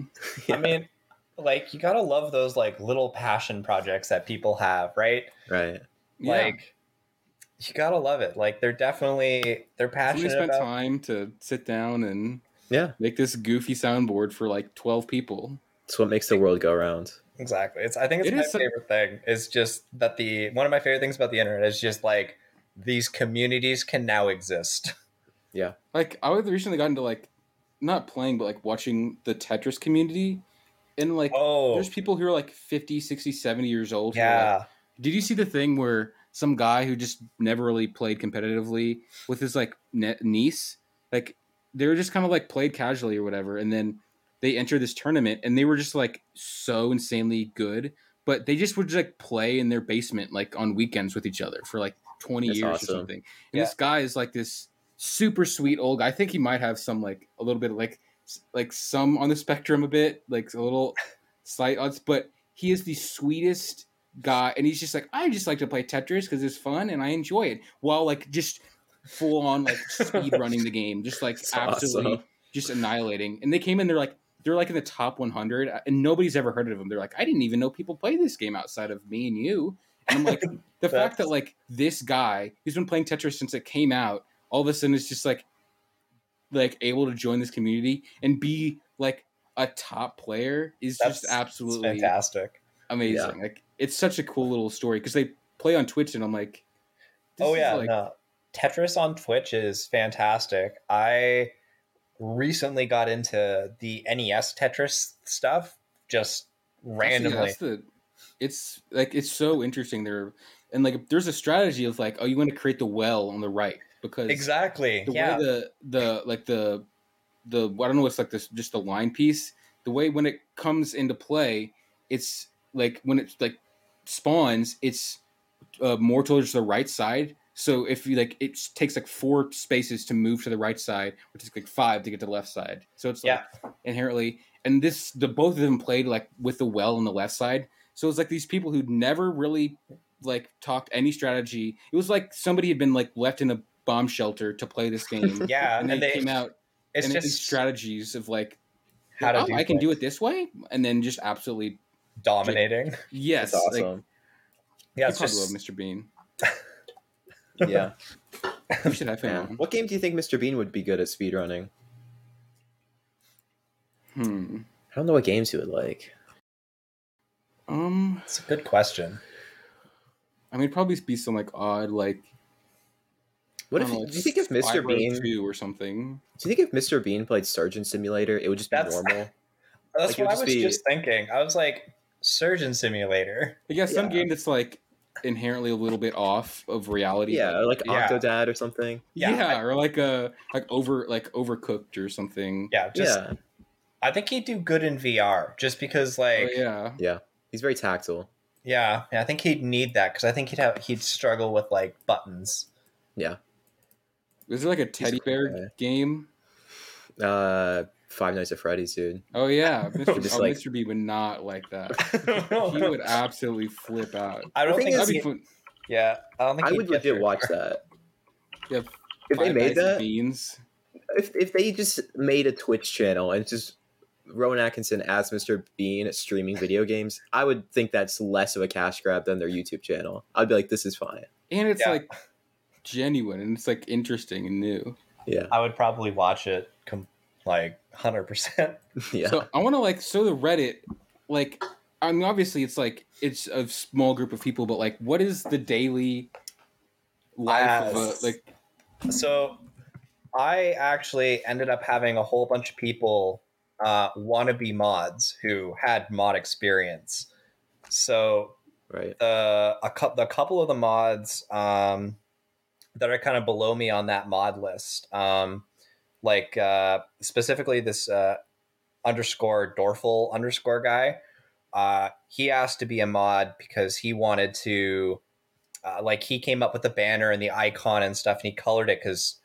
I mean, like you gotta love those like little passion projects that people have, right?
Right.
Like you gotta love it. Like they're definitely they're
yeah, somebody
passionate
spent
about.
time to sit down and
Yeah.
make this goofy soundboard for like twelve people.
It's what makes the world go round.
Exactly. It's I think it's
It
my
is some-
favorite thing. Is just that the one of my favorite things about the internet is just like these communities can now exist.
Like I would recently got into like not playing, but like watching the Tetris community, and like
Oh,
there's people who are like 50, 60, 70 years old. who are, like,
yeah.
Did you see the thing where some guy who just never really played competitively with his like ne- niece, like they were just kind of like played casually or whatever, and then they entered this tournament and they were just like so insanely good, but they just would like play in their basement like on weekends with each other for like twenty
That's
years
awesome.
or something. And
Yeah.
this guy is like this super sweet old guy. I think he might have some like a little bit of like s- like some on the spectrum a bit, like a little slight odds, but he is the sweetest guy and he's just like I just like to play Tetris because it's fun and I enjoy it while like just full on like speed running the game, just like
That's
absolutely
awesome.
just annihilating. And they came in, they're like they're like in the top 100 and nobody's ever heard of them. They're like I didn't even know people play this game outside of me and you. And I'm like the fact that
That's-
like this guy who's been playing Tetris since it came out, all of a sudden is just like like able to join this community and be like a top player is
That's-
just
that's It's
absolutely
fantastic.
amazing. Like it's such a cool little story because they play on Twitch and I'm like, this
oh
is,
yeah,
like,
no. Tetris on Twitch is fantastic. I recently got into the NES E Tetris stuff just
That's the-
randomly.
that's the- it's like it's so interesting there, and like there's a strategy of like, oh, you want to create the well on the right because
exactly.
the
yeah.
way the the like the the I don't know what's like this just the line piece. The way when it comes into play, it's like when it's like spawns, it's uh, more towards the right side. So if you like, it takes like four spaces to move to the right side, which is like five to get to the left side. So it's like inherently, and this the both of them played like with the well on the left side. So it's like these people who'd never really like talked any strategy. It was like somebody had been like left in a bomb shelter to play this game.
yeah.
and,
And,
then
they,
came out
it's
and it was
just
strategies of like
how to
oh,
do
I can do
things.
it this way, and then just absolutely
dominating.
yes,
That's awesome.
like
Yeah.
I
It's
probably
just,
love Mr. Bean.
yeah.
We should have
yeah.
him.
What game do you think Mr. Bean would be good at speedrunning?
on. Hmm.
I don't know what games he would like.
Um,
it's a good question.
I mean, it'd probably be some like odd like.
What
I
if
don't know,
do you think if Mr.
Spyro
Bean do
2 or something?
you think if Mr. Bean played Surgeon Simulator, it would just be
That's-
normal?
That's
Like, it would
what I
just
was
be-
just thinking. I was like, Surgeon Simulator.
But yeah, some
Yeah.
game that's like inherently a little bit off of reality.
Yeah, or like
Yeah.
Octodad or something.
yeah,
Yeah.
or like uh like over like overcooked or something.
Yeah. Just
yeah.
I think he'd do good in VR just because like
Oh, yeah.
He's very tactile.
yeah, yeah, I think he'd need that because I think he'd have he'd struggle with like buttons.
Is there like a teddy
cool
bear
guy.
game?
Uh Five Nights at Freddy's, dude.
Oh yeah, Mr.
Just
oh,
like-
Mr. B would not like that.
I
he would absolutely flip out.
don't
The thing
think
is-
That'd be
he'd-
fun.
yeah, I don't think
I
he'd
would
get
legit
there.
watch that.
Yeah,
If they
Five
made
Nights at
that,
Beans.
if if they just made a Twitch channel and it's just Rowan Atkinson as Mr. Bean streaming video games, I would think that's less of a cash grab than their YouTube channel. I'd be like, this is fine.
and it's
Yeah.
like genuine and it's like interesting and new.
Yeah,
I would probably watch it com- like hundred percent.
yeah,
So I want to like so the Reddit, like I mean obviously it's like it's a small group of people, but like what is the daily life of
Yes.
a like
So I actually ended up having a whole bunch of people uh, wannabe mods who had mod experience. So
right.
the a couple the couple of the mods um, that are kind of below me on that mod list, um, like uh, specifically this uh, underscore Dorful underscore guy. Uh, he asked to be a mod because he wanted to, uh, like, he came up with the banner and the icon and stuff, and he colored it because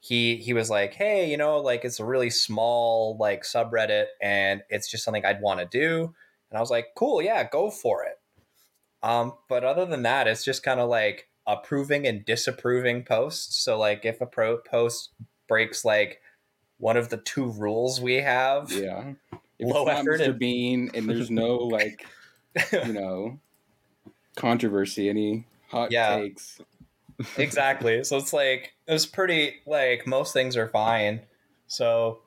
he he was like, hey, you know, like it's a really small like subreddit, and it's just something I'd want to do. And I was like, cool, yeah, go for it. Um, but other than that, it's just kind of like approving and disapproving posts. So like if a pro post breaks like one of the two rules we have,
yeah. If
Low
it's not
effort
Mr.
and-
Bean and there's no like you know controversy, any hot
Yeah.
takes.
exactly. So it's like it was pretty like most things are fine. So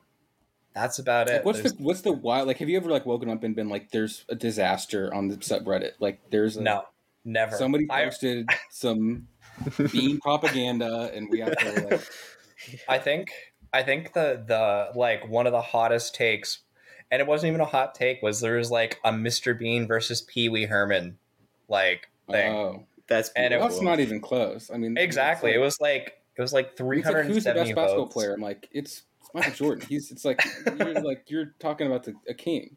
that's about it.
Like, what's
There's-
the what's the why like have you ever like woken up and been like there's a disaster on the subreddit? Like there's a,
no, never.
somebody
I,
posted some bean propaganda and we have to like
I think I think the the like one of the hottest takes, and it wasn't even a hot take. Was there was like a Mr. Bean versus Pee Wee Herman like thing.
Oh,
That's
And it-
beautiful.
that's not even close. I mean,
Exactly. It was like it was like
it's
three
like,
hundred and
who's the
seventy
best basketball
votes.
player? I'm like, it's, it's Michael Jordan. He's it's like you're like you're talking about the, a king.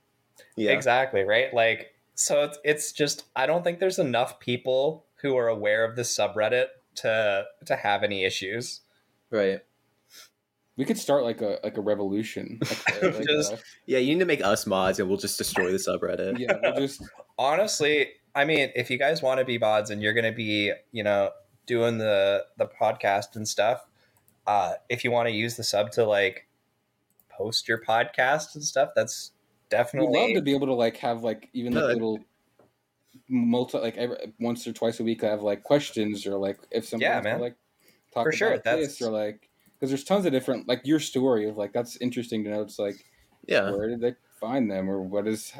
yeah.
Exactly right. Like so, it's, it's just I don't think there's enough people who are aware of this subreddit to to have any issues.
right.
We could start like a like a revolution. Like, a- like
Just-
a-
Yeah, you need to make us mods, and we'll just destroy the subreddit.
yeah, we'll just
Honestly, I mean, if you guys want to be mods and you're going to be you know doing the the podcast and stuff, uh, if you want to use the sub to like post your podcast and stuff, that's
we'd
definitely
love to be able to like have like even
No,
like
that-
little multi like every, once or twice a week. I have like questions or like if somebody
Yeah,
wants to,
man.
like talk
For
about
sure,
this
that's-
or like because there's tons of different like your story of like that's interesting to know. It's like
Uh.
Yeah,
where did they find them or what is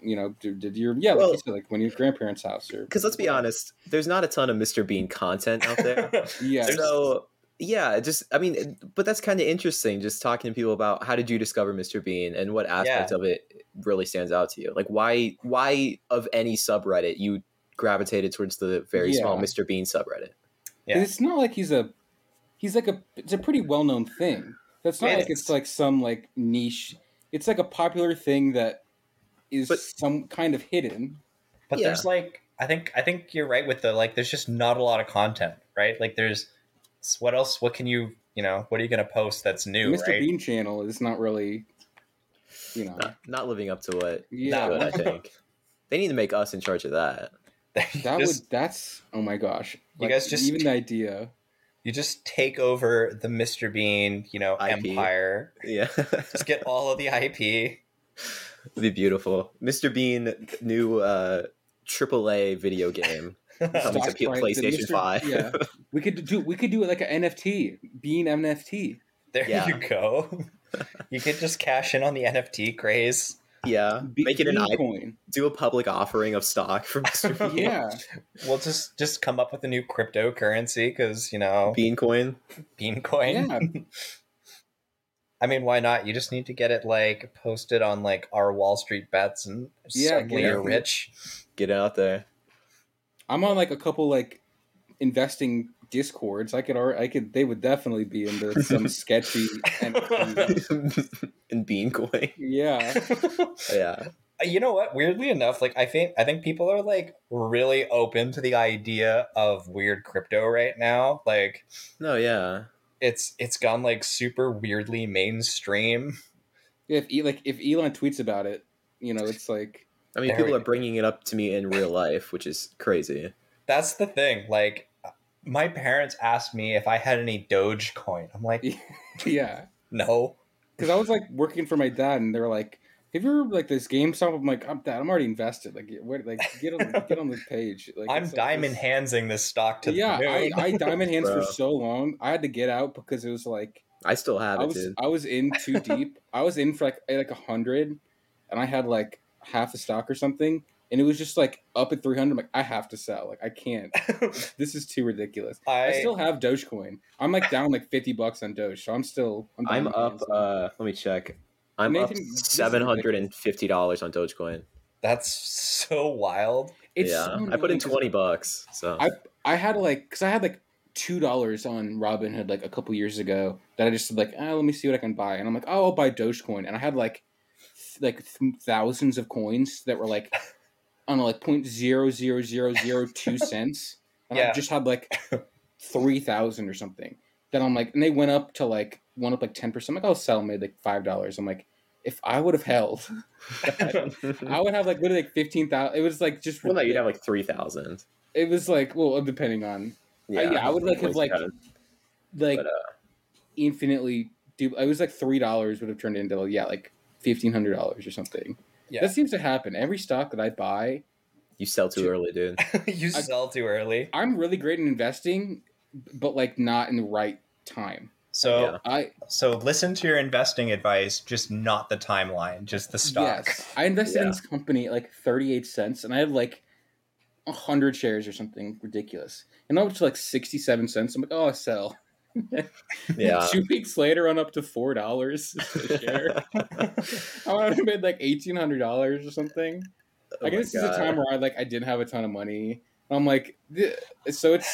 you know did, did your yeah like,
Well-
you said, like when your grandparents house or
because let's be honest, there's not a ton of Mr. Bean content out there.
yeah
There's-
so yeah, just I mean, it- but that's kind of interesting. Just talking to people about how did you discover Mr. Bean and what aspect of it really stands out to you? Like why why of any subreddit you gravitated towards the very small
Yeah.
Mr. Bean subreddit?
Yeah.
And it's not like he's a he's like a it's a pretty well known thing. That's not
It
like
is.
it's like some like niche. It's like a popular thing that is
But-
some kind of hidden.
But
Yeah.
there's like I think I think you're right with the like there's just not a lot of content, right? Like there's s- what else what can you you know, what are you gonna post that's new,
Mr.
right?
Bean channel is not really you know
Not, not living up to what
yeah.
good, I think. They need to make us in charge of that.
That
Just-
would that's oh my gosh.
You guys just-
even the idea.
you just take over the Mr. Bean, you know,
IP.
empire.
Yeah.
Just get all of the IP.
It'd be beautiful. Mr. Bean new uh AAA video game. Coming to
Stock
P-
price, the
PlayStation
Mr.
5.
Yeah. We could do we could do it like an NFT. Bean NFT.
There
Yeah.
you go. you could just cash in on the NFT craze.
Yeah.
Be-
Make it an
Bean
I
coin.
do a public offering of stock for Mr. Bean.
Yeah.
We'll just just come up with a new cryptocurrency because you know
Bean coin.
bean coin.
Yeah.
I mean, why not? You just need to get it like posted on like our Wall Street bets, and
Yeah,
suddenly
get
you're
it.
rich.
Get it out there.
I'm on like a couple like investing discords. I could already, I could they would definitely be into some sketchy NFT.
and bean coin.
Yeah.
Yeah.
you know what? Weirdly enough, like I think I think people are like really open to the idea of weird crypto right now. Like
No, yeah.
it's it's gone like super weirdly mainstream.
If E- like if Elon tweets about it, you know, it's like
I mean,
There
people
we
are
go.
bringing it up to me in real life, which is crazy.
That's the thing. Like my parents asked me if I had any Dogecoin. I'm like,
yeah.
no.
Cuz I was like working for my dad and they were like have you ever like this GameStop? I'm like, I'm dad. I'm already invested. Like, get- what? Like, get on, get on this page. Like,
I'm
it's like
diamond
this-
handsing this stock to
Yeah,
the
I,
moon.
I diamond hands for
Bro.
so long. I had to get out because it was like
I still have
I
it,
was
dude.
I was in too deep. I was in for like I had, like a hundred, and I had like half a stock or something, and it was just like up at three hundred. Like I have to sell. Like I can't. This is too ridiculous. I,
I-
still have Dogecoin. I'm like down like fifty bucks on Doge, so I'm still. I'm,
I'm
down
up.
hands.
uh Let me check. I'm
Nathan,
up
this is
seven hundred and fifty dollars on Dogecoin.
That's so wild.
it's
yeah,
so
I put
annoying
in
'cause
twenty bucks. So
I had like because I had like two dollars on Robinhood like a couple years ago that I just said like ah, let me see what I can buy, and I'm like oh I'll buy Dogecoin, and I had like th- like th- thousands of coins that were like on like point zero zero zero zero two cents, and
Yeah.
I just had like three thousand or something. Then I'm like, and they went up to like went up like ten percent. I'm like I'll sell made like five dollars. I'm like. If I would have held, I would have like literally like fifteen thousand. It was like just
well, no, you'd have like three thousand.
it was like well depending on yeah, I would like have, like- like
But, uh,
infinitely do it was like three dollars would have turned into yeah like fifteen hundred dollars or something
Yeah.
that seems to happen every stock that i buy
you sell too early, dude.
you
I-
sell too early.
i'm really great in investing but like not in the right time
So
Yeah.
i
so listen to your investing advice, just not the timeline, just the stock.
yes i invested in
Yeah.
this company at like 38 cents and i have like 100 shares or something ridiculous and i up to like 67 cents i'm like oh i sell
Yeah,
two weeks later on up to four dollars a share i would have made like $1800 or something
Oh
I guess
my
this is a
God.
time where I like I didn't have a ton of money. And I'm like, th- so it's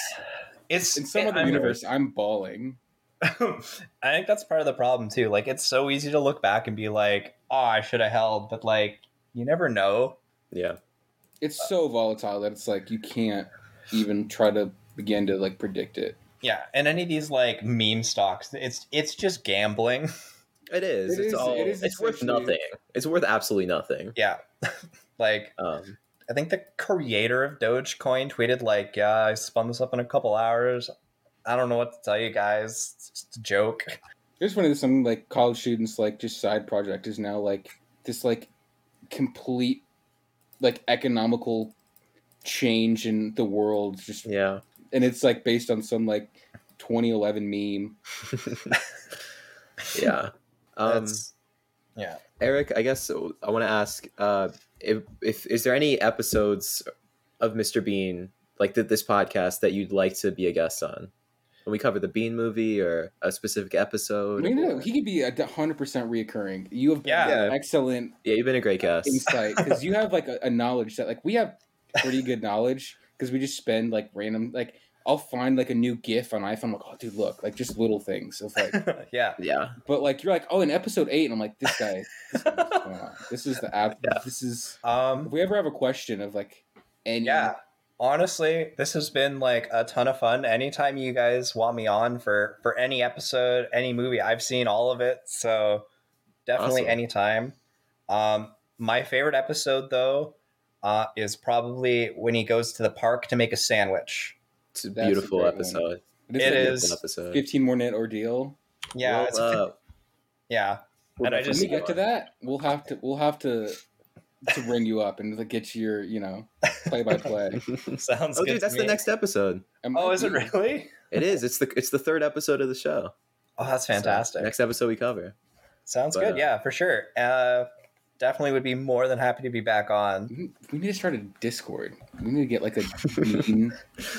It's
in
I-
some other
I mean,
universe. I'm bawling.
I think that's part of the problem too. Like it's so easy to look back and be like, "Oh, I should have held," but like you never know.
Yeah,
It's so volatile that it's like you can't even try to begin to like predict it.
Yeah, and any of these like meme stocks, it's it's just gambling.
it is.
It
it's
is-
all.
it is
it's worth
essentially-
nothing. It's worth absolutely nothing.
Yeah. like
Um,
I think the creator of Dogecoin tweeted like, "Yeah, I spun this up in a couple hours. I don't know what to tell you guys. It's just a joke."
Here's one of some like college students like just side project is now like this like complete like economical change in the world just
yeah.
and it's like based on some like 2011 meme
yeah. Um,
That's- yeah.
Eric, I guess I want to ask uh, if, if is there any episodes of Mr. Bean like th- this podcast that you'd like to be a guest on? when we cover the Bean movie or a specific episode.
No, no,
or-
he could be a hundred percent reoccurring. You have
Yeah.
Yeah.
excellent
yeah, you've been a great guest.
insight because you have like a, a knowledge that like we have pretty good knowledge because we just spend like random like I'll find like a new GIF on iPhone. like, oh, dude, look, like just little things of like,
yeah.
Yeah,
but like you're like, oh, in episode eight, and I'm like, this guy, this, guy knows what's going on. This is the app.
Yeah.
This is if
Um,
we ever have a question of like any
yeah. Honestly, this has been like a ton of fun. Anytime you guys want me on for for any episode, any movie, I've seen all of it. So definitely
Awesome.
anytime. Um, my favorite episode though uh, is probably when he goes to the park to make a sandwich.
it's a
That's a
beautiful
great one.
episode.
this
It
like a
is.
Beautiful episode.
fifteen more minute ordeal.
Yeah,
Well,
it's a-
uh,
yeah. And I
When
just-
we get to that, we'll have to we'll have to to ring you up and like get your you know play by play.
Sounds
oh,
good. to
dude, that's
me.
the next episode.
Oh, is it really?
It is. It's the it's the third episode of the show.
Oh, that's
So,
fantastic.
next episode we cover.
Sounds
But,
good.
uh,
yeah, for sure. Uh, definitely would be more than happy to be back on.
We we need to start a Discord. We need to get like a. meeting.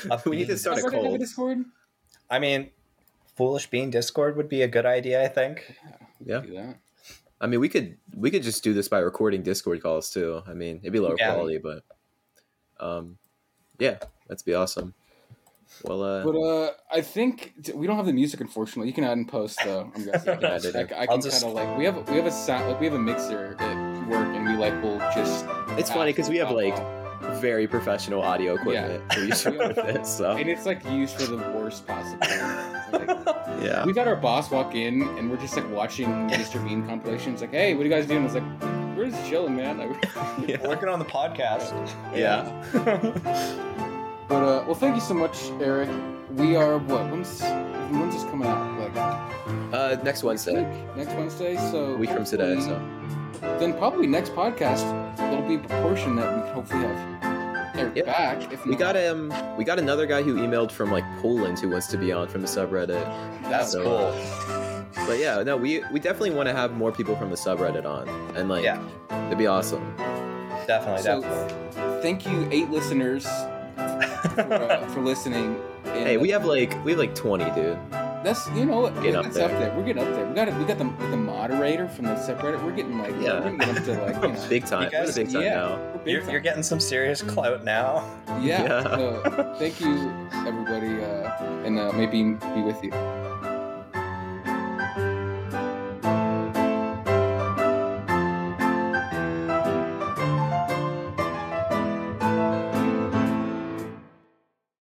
A
We need to
bean-
start a
Everyone have
cold.
Discord.
I mean, Foolish Bean Discord would be a good idea, I think.
Yeah.
Do that.
I mean, we could we could just do this by recording Discord calls too. I mean, it'd be lower
Yeah.
quality, but um, yeah, that'd be awesome. Well, uh,
But uh, I think we don't have the music, unfortunately. You can add and post though. I'm guessing.
Yeah, they do.
Like, I
I'll
can
just-
kind of like we have we have a sound like we have a mixer at work, and we like will just.
it's funny because we have like very professional audio equipment. We use with it, so
and it's like used for the worst possible. Like,
yeah,
we got our boss walk in, and we're just like watching Mr. Bean compilations. Like, hey, what are you guys doing? It's like, we're just chilling, man. Like,
yeah,
Working on the podcast.
yeah.
but uh, well, thank you so much, Eric. We are what? When's when's this coming out? Like
Uh, next Wednesday,
week? Next Wednesday. So
a week from today. So
then probably next podcast it'll be a proportion that we can hopefully have Eric
Yep.
back. If
we
Mm-hmm.
not,
got um, we got another guy who emailed from like Poland who wants to be on from the subreddit.
That's
So,
cool.
But yeah, no, we we definitely want to have more people from the subreddit on, and like
Yeah.
it'd be awesome.
Definitely,
so-
definitely.
Thank you, eight listeners, for, uh, for listening. And,
Hey, we
uh,
have like we have like twenty, dude.
that's you know what
Get up
that's up there. We're getting up there. We got it. We got the the moderator from the subreddit. We're getting like
Yeah.
we're getting up to like you know,
Big time.
guys-
We're big time
yeah.
now.
we're big
You're,
time.
you're getting some serious clout now.
yeah.
Yeah.
So, thank you everybody, uh, and uh, may Bean be with you.